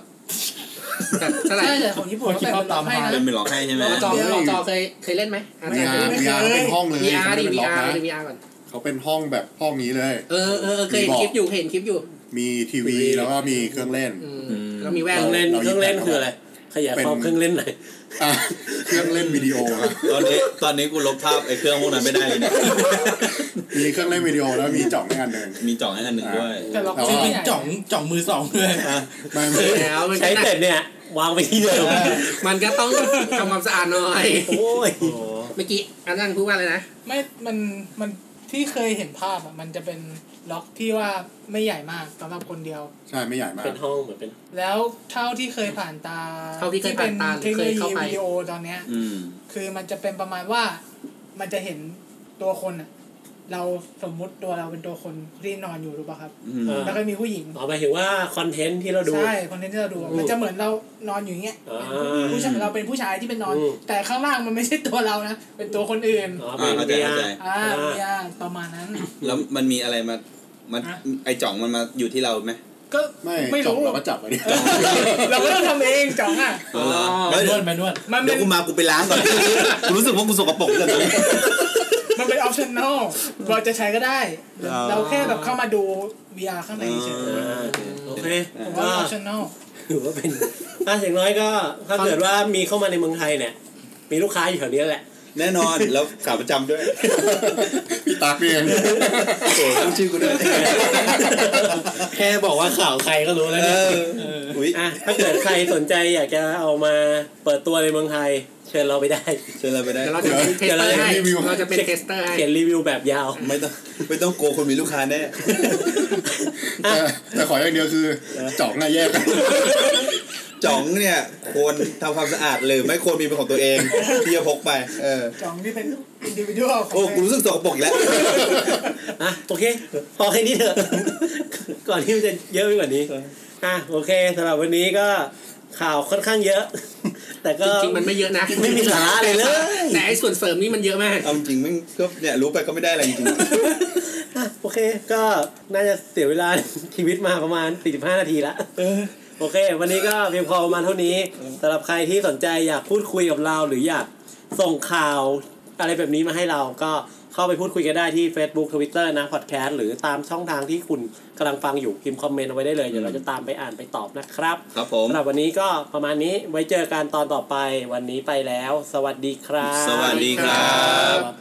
F: แต่เท่าไหร่
E: ใช่เลยของญี่ปุ่นเขาแบบล็อกให้นะ
B: เล่นเป็นล็อกให้ใช่ไหม
F: รอจอรอจอเคยเคยเล่นไหมอ่ะ
D: มีอาร์
E: ไม่
D: มี
E: เค
D: อาย เป็นห้องเลย
F: มีอา
D: เขา
F: ร์
D: ไม่
F: ดิ
D: เป็น
F: มี
D: ล็อก
F: อาร์
D: นะ
F: ดิมีอาร์ก่อน
D: เขาเป็นห้องแบบห้องนี้เลย
F: เออเออเออเคยเห็นคลิปอยู่เคยเห็นคลิปอยู่
D: มีทีวีแล้วก็มีเครื่องเล่น
F: อืมแล้วมีแว่
A: เคน รื่องเล่น
D: เรา
A: เครื่องเล่น
D: เรา
A: คืออะไร ขยายความ
D: เป็น
A: เครื่องเล่นหน่อย
D: อ่ะเครื่องเล่นวิดีโอครับ
B: ตอนนี้ตอนนี้กูลบภาพไอ้เครื่องพวกนั้นไม่ได้เลย เนี่ย
D: มีเครื่องเล่นวิดีโอแล้วมีจอบให้อันหนึ่ง
B: มีจ่องให้อันหนึ่งด้วย
E: แต่ล็อก
D: อ๋อ
E: ชื่อ
C: เป็น
E: ไม่ใหญ่
C: จ่องจ่องมือสองเลย
D: ไม่ไม่
F: แล้วมันก็
A: ใช้
F: น่ะ
A: เสร็จเนี่ยวางไปที่เดิม
F: มันก็ต้องทำความสะอาดหน่อย
A: โอ้ย
F: เมื่อกี้อันนั้นพูดว่าอะไรนะ
E: ไม่มันมันที่เคยเห็นภาพอะมันจะเป็นล็อกที่ว่าไม่ใหญ่มากสำหรับคนเดียว
D: ใช่ไม่ใหญ่มาก
A: เป็นห้องเหมือนเป็น
E: แล้วเท่าที่เคยผ่านตา
F: เท่าที่เคยผ่านตาหรื
E: เท
F: อ
E: ค
F: เค
E: โนโล
F: ย
E: ยี
F: เข้าไป
E: วิดีโอตอนเนี้ย
B: อืม
E: คือมันจะเป็นประมาณว่ามันจะเห็นตัวคนอะเราสมมุติตัวเราเป็นตัวคนที่นอนอยู่รู้ป่ะครับ
B: อืม
A: เออ
E: แล้วก็มีผู้หญิง
A: เอาไปเห็นว่าคอนเทนต์ที่เราดู
E: ใช่คอนเทนต์ที่เราดู
A: อืม
E: มันจะเหมือนเรานอนอยู่อย่างเงี้ย
A: อ่า
E: ผู้ชายเราเป็นผู้ชายที่เป็นนอน
A: อืม
E: แต่ข้างล่างมันไม่ใช่ตัวเรานะ เป็นตัวคนอื่น
A: อ๋อเป็น
B: อ่าเข้าใจ
A: เบีย
B: เข้า
A: ร์
B: ใจ
E: อ่าเนี่ยประมาณนั้น
B: แล้วมันมีอะไรมา มัน
E: ฮะ
B: ไอจ่องมันมาอยู่ที่เราไหม
E: ก็
D: ไม่
E: ไม่
D: จอบ
E: รู้
D: เราก็จับไว้ดิ
E: เราก็ต้องทำเองจ๋องอ่ะ
B: เออเหรอ
C: แม
B: เฮ้ย
C: น
B: เด
C: ว
B: ยว
C: ลแมนวล
E: มัน
B: เดี๋
E: เป็
B: ยวน กูมากูไปล้างก่อน กูรู้สึกว่ากูสกปรกเลยตอนนี้
E: มันเป็นออปชั่นอลเราจะใช้ก็ได้
B: อ๋อ
E: เราแค่แบบเข้ามาดู VR ข้างในเฉย
B: อ่า
A: โอเค
E: ๆผมว่า
A: ก็
E: ออปชั่นอล
A: ถือว่าเป็นถ้าอย่างน้อยก็ ถ้าเกิดว่ามีเข้ามาในเมืองไทยเนี่ย มีลูกค้าอยู่แถวนี้แหละ
B: แน่นอนแล้วขาประจำด้วย
D: พี่ตากเอง
B: โอ้โหต้องชื่อกูด้วย
C: แค่บอกว่าข่าวใครก็รู้แล้ว
B: เอ
C: เนี่ย
B: ออุ้ย
A: อ่ะ ถ้าเกิดใครสนใจอยากจะเอามาเปิดตัวในเมืองไทย เชิญเราไปได้
B: เชิญเราไปได้
F: เดี๋ยวเราจะเป็นเทสเตอร์ให้เราจะเป็นเทสเตอร์ให้
A: เขียนรีวิวแบบยาว
B: ไม่ต้องไม่ต้องโกลัวคนมีลูกค้าแน่
D: แต่แต่ขออย่างเดียวคือจอกหน้าแยกกัน
B: จ่องเนี่ยควรทำความสะอาดหรือไม่ควรมีเป็นของตัวเองที่จะพกไป เออ
E: จ่องที่เป็นอินดิวิวล
B: โอ้กูรู้สึกสกปรกอีกแล้ว
A: อ่ะโอเค พอแค่นี้เถอะ ก่อนที่มันจะเยอะไปกว่านี้อ่ะโอเคสำหรับวันนี้ก็ข่าวค่อนข้างเยอะ แต่ก็
F: จริงๆมันไม่เยอะนะ
A: ไม่มีสาระอะไรเลย
F: แต่ไอ้ส่วนเสริมนี่มันเยอะมาก
B: เอาจริงๆแม่งก็เนี่ยรู้ไปก็ไม่ได้อะไรจริง
A: อ่ะ โอเค ก็น่าจะเสียเวลา ชีวิตมาประมาณ 45 นาทีละโอเค วันนี้ก็เพียงพอประมาณเท่านี้สำหรับใครที่สนใจอยากพูดคุยกับเรา หรืออยากส่งข่าวอะไรแบบนี้มาให้เราก็เข้าไปพูดคุยกันได้ที่ Facebook Twitter นะ Podcast หรือตามช่องทางที่คุณกำลังฟังอยู่พิมพ์คอมเมนต์เอาไว้ได้เลยเดี๋ยวเราจะตามไปอ่านไปตอบนะครับ
B: ๆครับผม
A: สำหรับวันนี้ก็ประมาณนี้ไว้เจอกันตอนต่อไปวันนี้ไปแล้ว สวัสดีครับ
B: สวัสดีครับ
D: ครับ